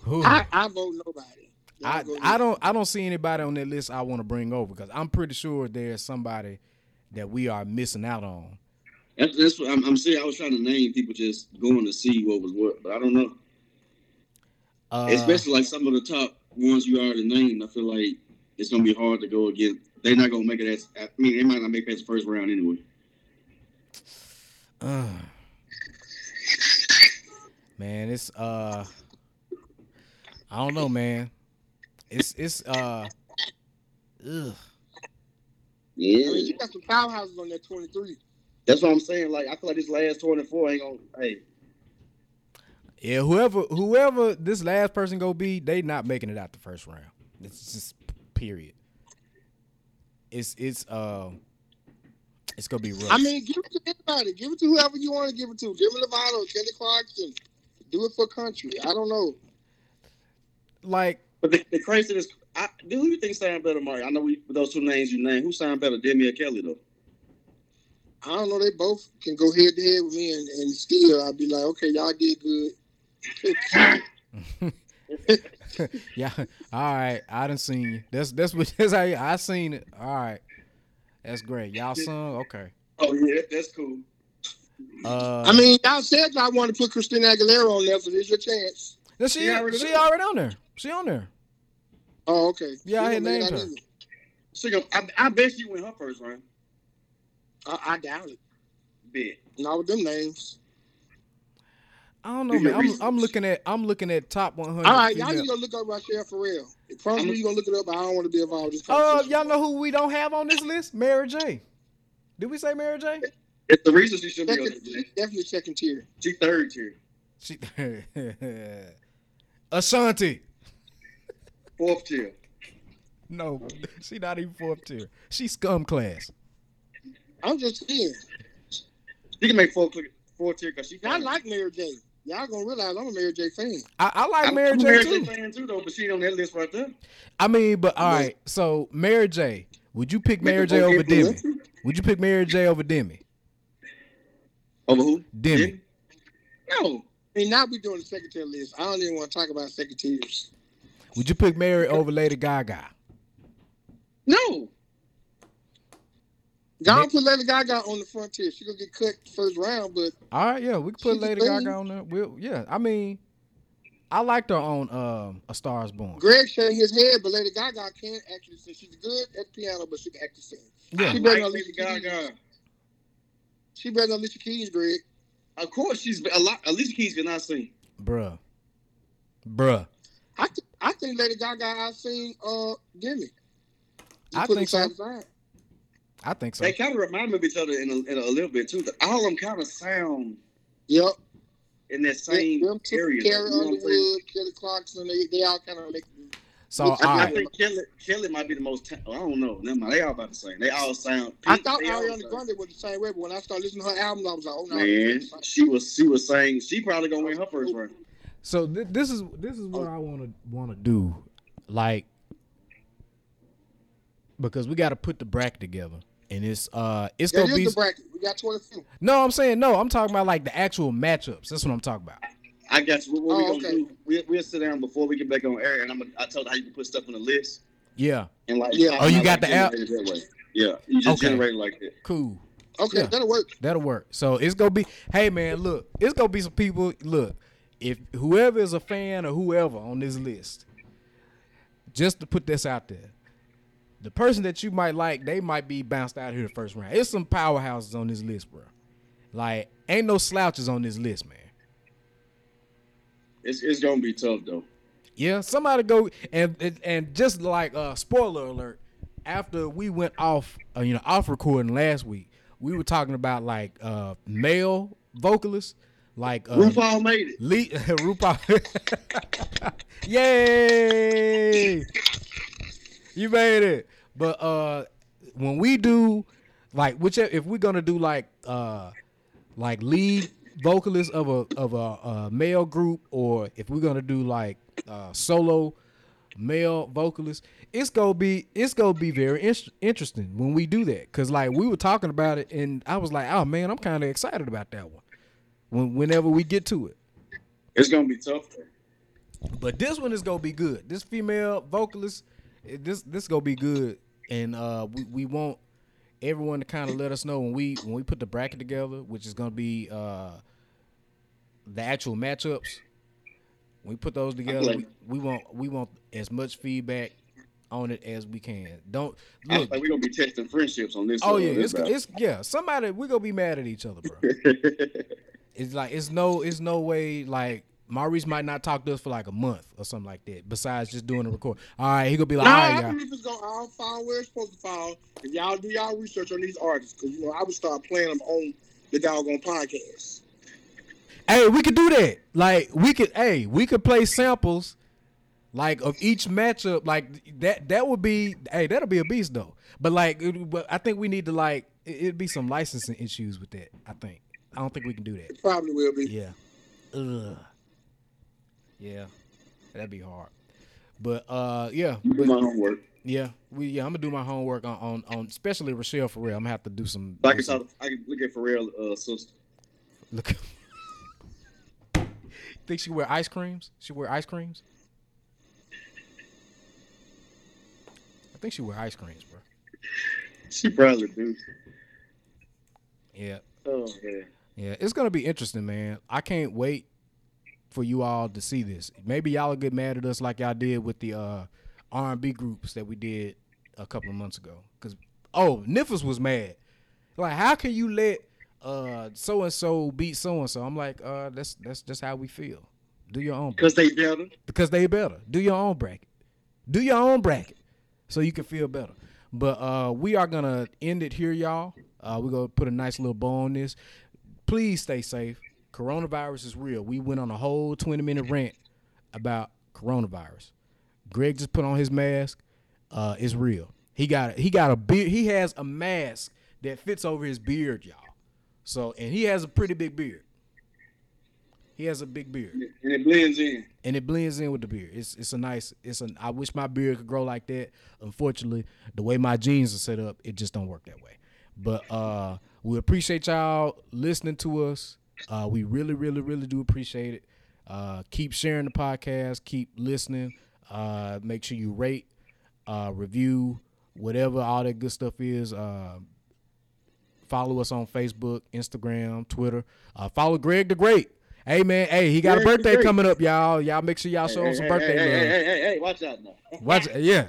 S1: Whew.
S2: I, I vote nobody. Y'all
S1: I,
S2: go
S1: I don't I don't see anybody on that list I want to bring over because I'm pretty sure there's somebody that we are missing out on.
S3: that's, that's what I'm, I'm saying. I was trying to name people just going to see what was what, but I don't know.
S1: Uh,
S3: Especially like some of the top ones you already named. I feel like it's gonna be hard to go against. They're not gonna make it as. I mean, they might not make it past the first round anyway.
S1: uh, man, it's uh I don't know, man. It's it's uh ugh.
S2: I mean,
S3: Yeah,
S2: you got some powerhouses on that 23.
S3: that's what I'm saying. Like I feel like this last 24 ain't gonna. Hey,
S1: yeah. Whoever whoever this last person go be, they not making it out the first round. It's just period. It's it's uh it's gonna be rough.
S2: I mean, give it to anybody. Give it to whoever you want to give it to. Jimmy Lovato, Kelly Clarkson. Do it for country. I don't know.
S1: like
S3: But the, the crazy is, I, do who you think sound better, Mark? I know we those two names you named. Who sound better, Demi or Kelly though?
S2: I don't know. They both can go head to head with me, and, and still I'd be like, okay, y'all did good.
S1: Yeah. All right. I done seen you. That's that's what that's how you, I seen it. All right. That's great. Y'all sung? Okay.
S3: Oh yeah, that's cool.
S1: Uh
S2: I mean, y'all said y'all want to put Christina Aguilera on there, so there's your chance.
S1: no, she
S3: she already
S1: she
S3: there.
S1: already on there. She on there.
S2: Oh, okay.
S1: Yeah, I
S2: You
S1: had
S2: don't make it
S1: named
S2: out
S1: her.
S2: either.
S3: So you know, I, I bet you win her first round.
S2: I, I doubt it.
S3: Bet.
S2: Not with them names.
S1: I don't
S3: Do
S1: know,
S3: your
S1: man. I'm,
S3: research.
S1: I'm looking at I'm looking at top 100.
S2: All right, y'all
S1: female-
S2: need to look up Rochelle Farrell. Promise
S3: I'm-
S2: me you gonna look it up, but I don't want to be involved. in this
S1: Uh,
S2: conversation.
S1: y'all know who we don't have on this list? Mary J. Did we say Mary J?
S3: It's the reason she should be on
S2: Second,
S3: the list.
S2: definitely second tier.
S3: She third tier,
S1: She Ashanti.
S3: fourth tier.
S1: No, she not even fourth tier. She scum class.
S2: I'm just saying.
S3: She can make four clear- four tier because she.
S2: Y'all like Mary J. Y'all gonna realize I'm a Mary J. fan.
S1: I, I like
S3: I'm,
S1: Mary
S3: I'm
S1: J
S3: a Mary
S1: too.
S3: J fan too though, but she ain't on that list right there.
S1: I mean, but all
S2: Yeah.
S1: right. So Mary J, would you pick
S3: Make
S1: Mary
S3: a
S1: J
S3: vote
S1: over Demi?
S3: influencer.
S1: Would you pick Mary J over Demi?
S3: Over who?
S1: Demi.
S3: No.
S2: I mean, now we doing the second tier list. I don't even want to talk about second tiers.
S1: Would you pick Mary over Lady Gaga?
S3: No.
S2: Y'all put Lady Gaga on the front tier. She gonna get cut first round, but
S1: All right, yeah, we could put
S2: She's
S1: Lady
S2: clean.
S1: Gaga on there. We'll, yeah, I mean, I liked her on um, A Star Is Born.
S2: Greg shaking his head. But Lady Gaga can't actually sing. She's good at piano, but she can actually sing.
S1: Yeah,
S3: I
S2: She better
S3: like
S2: not
S3: Lady
S2: listen to you.
S3: Gaga.
S2: She better than Alicia Keys, Greg.
S3: Of course, she's a lot. Alicia Keys cannot sing.
S1: bruh, bruh.
S2: I th- I think Lady Gaga I seen uh Demi.
S1: I
S2: put
S1: think
S2: them
S1: so.
S2: side to side.
S1: I think so.
S3: They kind of remind me of each other in a, in a little bit too. All of them kind of sound
S2: Yep.
S3: in that
S2: Them-
S3: same
S2: them two,
S3: area.
S2: Carrie
S3: though, you know what I'm saying?
S2: Underwood, Kelly Clarkson, they, they all kind of make.
S1: So
S2: Which
S1: all
S2: I-
S3: I, I
S1: right,
S2: Alright.
S3: think Kelly, Kelly might be the most. ta- I don't know. Never mind. They all about the same. They all sound.
S2: I thought
S3: they all
S2: Ariana
S3: sound-
S2: Grande was the same way, but when I started listening to her album, I was like, oh no.
S3: Man, she was she was saying she probably gonna win her
S2: Oh.
S3: first round.
S1: so th- this is this is what I want to want to do, like because we got to put the bracket together, and it's uh it's
S2: That
S1: gonna
S2: is
S1: be
S2: the bracket. We got 22.
S1: no. I'm saying no. I'm talking about like the actual matchups. That's what I'm talking about.
S3: I guess what, what
S2: Oh,
S3: we gonna
S2: okay.
S3: do? We, we'll sit down before we get back on air, and I'm gonna, I told how you can put stuff on the list
S1: Yeah,
S3: and like
S2: Yeah.
S1: Oh, you
S3: like
S1: got the app?
S3: generate it that way. Yeah, you just
S1: Okay.
S3: generate it like that.
S1: cool.
S2: Okay,
S1: Yeah.
S2: that'll work.
S1: That'll work. So it's gonna be, hey man, look, it's gonna be some people. Look, if whoever is a fan or whoever on this list, just to put this out there, the person that you might like, they might be bounced out here the first round. It's some powerhouses on this list, bro. Like, ain't no slouches on this list, man.
S3: It's it's gonna be tough though.
S1: Yeah, somebody go and and, and just like uh, spoiler alert. After we went off, uh, you know, off recording last week, we were talking about like uh, male vocalists, like uh,
S3: RuPaul made it.
S1: Lee RuPaul. Yay! You made it. But uh when we do like whichever if we're gonna do like uh like lead vocalist of a of a, uh male group or if we're gonna do like uh solo male vocalist it's gonna be it's gonna be very in- interesting when we do that because like we were talking about it and i was like oh man i'm kind of excited about that one when, whenever we get to it
S3: It's gonna be tough. though.
S1: but this one is gonna be good. This female vocalist, eh, this this gonna be good, and uh, we we want everyone to kind of let us know when we when we put the bracket together, which is gonna be uh, the actual matchups. When we put those together, we,
S3: glad-
S1: we want we want as much feedback on it as we can. Don't
S3: I
S1: look.
S3: think we're gonna be testing friendships on this.
S1: Oh
S3: uh,
S1: yeah,
S3: this
S1: it's
S3: battle.
S1: it's yeah. Somebody we gonna be mad at each other, bro. It's like it's no it's no way like Maurice might not talk to us for like a month or something like that. Besides just doing the record. All right, he gonna be like,
S2: No,
S1: all right,
S2: I
S1: y'all.
S2: believe it's gonna all fall where it's supposed to fall. If y'all do y'all research on these artists, because you know I would start playing them on the doggone podcast.
S1: Hey, we could do that. Like we could, hey, we could play samples, like of each matchup. Like that, that would be, hey, that'll be a beast though. But like, it, but I think we need to like, it, it'd be some licensing issues with that. I think. I don't think we can do that.
S2: It probably will be.
S1: Yeah. Ugh. Yeah, that'd be hard. But uh, yeah,
S3: You do my homework.
S1: Yeah, we yeah, I'm gonna do my homework on on, on especially Rochelle for real. I'm gonna have to do some.
S3: Like I can talk, I can look at Pharrell. Uh, sister.
S1: Look. Think she wear ice creams? She wear ice creams? I think she wear ice creams, bro.
S3: She probably do.
S1: Yeah,
S3: Oh man.
S1: yeah. It's gonna be interesting, man. I can't wait for you all to see this. Maybe y'all will get mad at us like y'all did with the uh, R&B groups that we did a couple of months ago. Cause oh, Niffus was mad. Like, how can you let uh so and so beat so and so? I'm like, uh, that's that's just how we feel. Do your own
S3: Cause they better.
S1: because they better. Do your own bracket. Do your own bracket so you can feel better. But uh, we are gonna end it here, y'all. Uh, we're gonna put a nice little bow on this. Please stay safe. Coronavirus is real. We went on a whole 20 minute rant about coronavirus. Greg just put on his mask. Uh, it's real. He got he got a beard. He has a mask that fits over his beard, y'all. So and he has a pretty big beard. He has a big beard
S3: and it blends in.
S1: and it blends in with the beard. It's it's a nice. It's an. I wish my beard could grow like that. Unfortunately, the way my jeans are set up, it just don't work that way. But uh, we appreciate y'all listening to us. Uh, we really, really, really do appreciate it. Uh, keep sharing the podcast. Keep listening. Uh, make sure you rate, uh, review, whatever all that good stuff is. Uh, follow us on Facebook, Instagram, Twitter. Uh, follow Greg the Great. Hey man, hey, he got a
S3: Greg the
S1: birthday
S3: Great.
S1: coming up, y'all. Y'all make sure y'all show him some birthday
S3: hey, hey,
S1: love.
S3: hey, hey, hey, watch out now.
S1: Watch, yeah.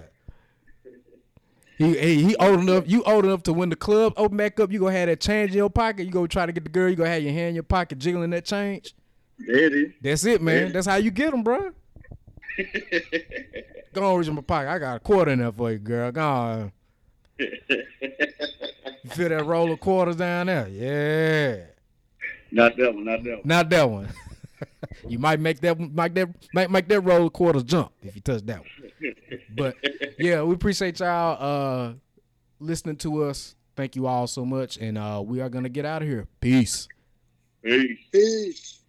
S1: He, hey, he old enough. You old enough to when the club open back up, you gonna have that change in your pocket. You gonna try to get the girl. You gonna have your hand in your pocket, jiggling that change.
S3: There it
S1: That's it, man.
S3: Yeah.
S1: That's how you get them, bro.
S3: is.
S1: Go on, reach in my pocket. I got a quarter in there for you, girl. Go on. You feel that roll of quarters down there? Yeah.
S3: Not that one. Not that one.
S1: Not that one. you might make that make that make, make that roll of quarters jump if you touch that one. But yeah, we appreciate y'all uh listening to us. Thank you all so much, and uh we are gonna get out of here. Peace.
S3: Hey.
S2: Peace.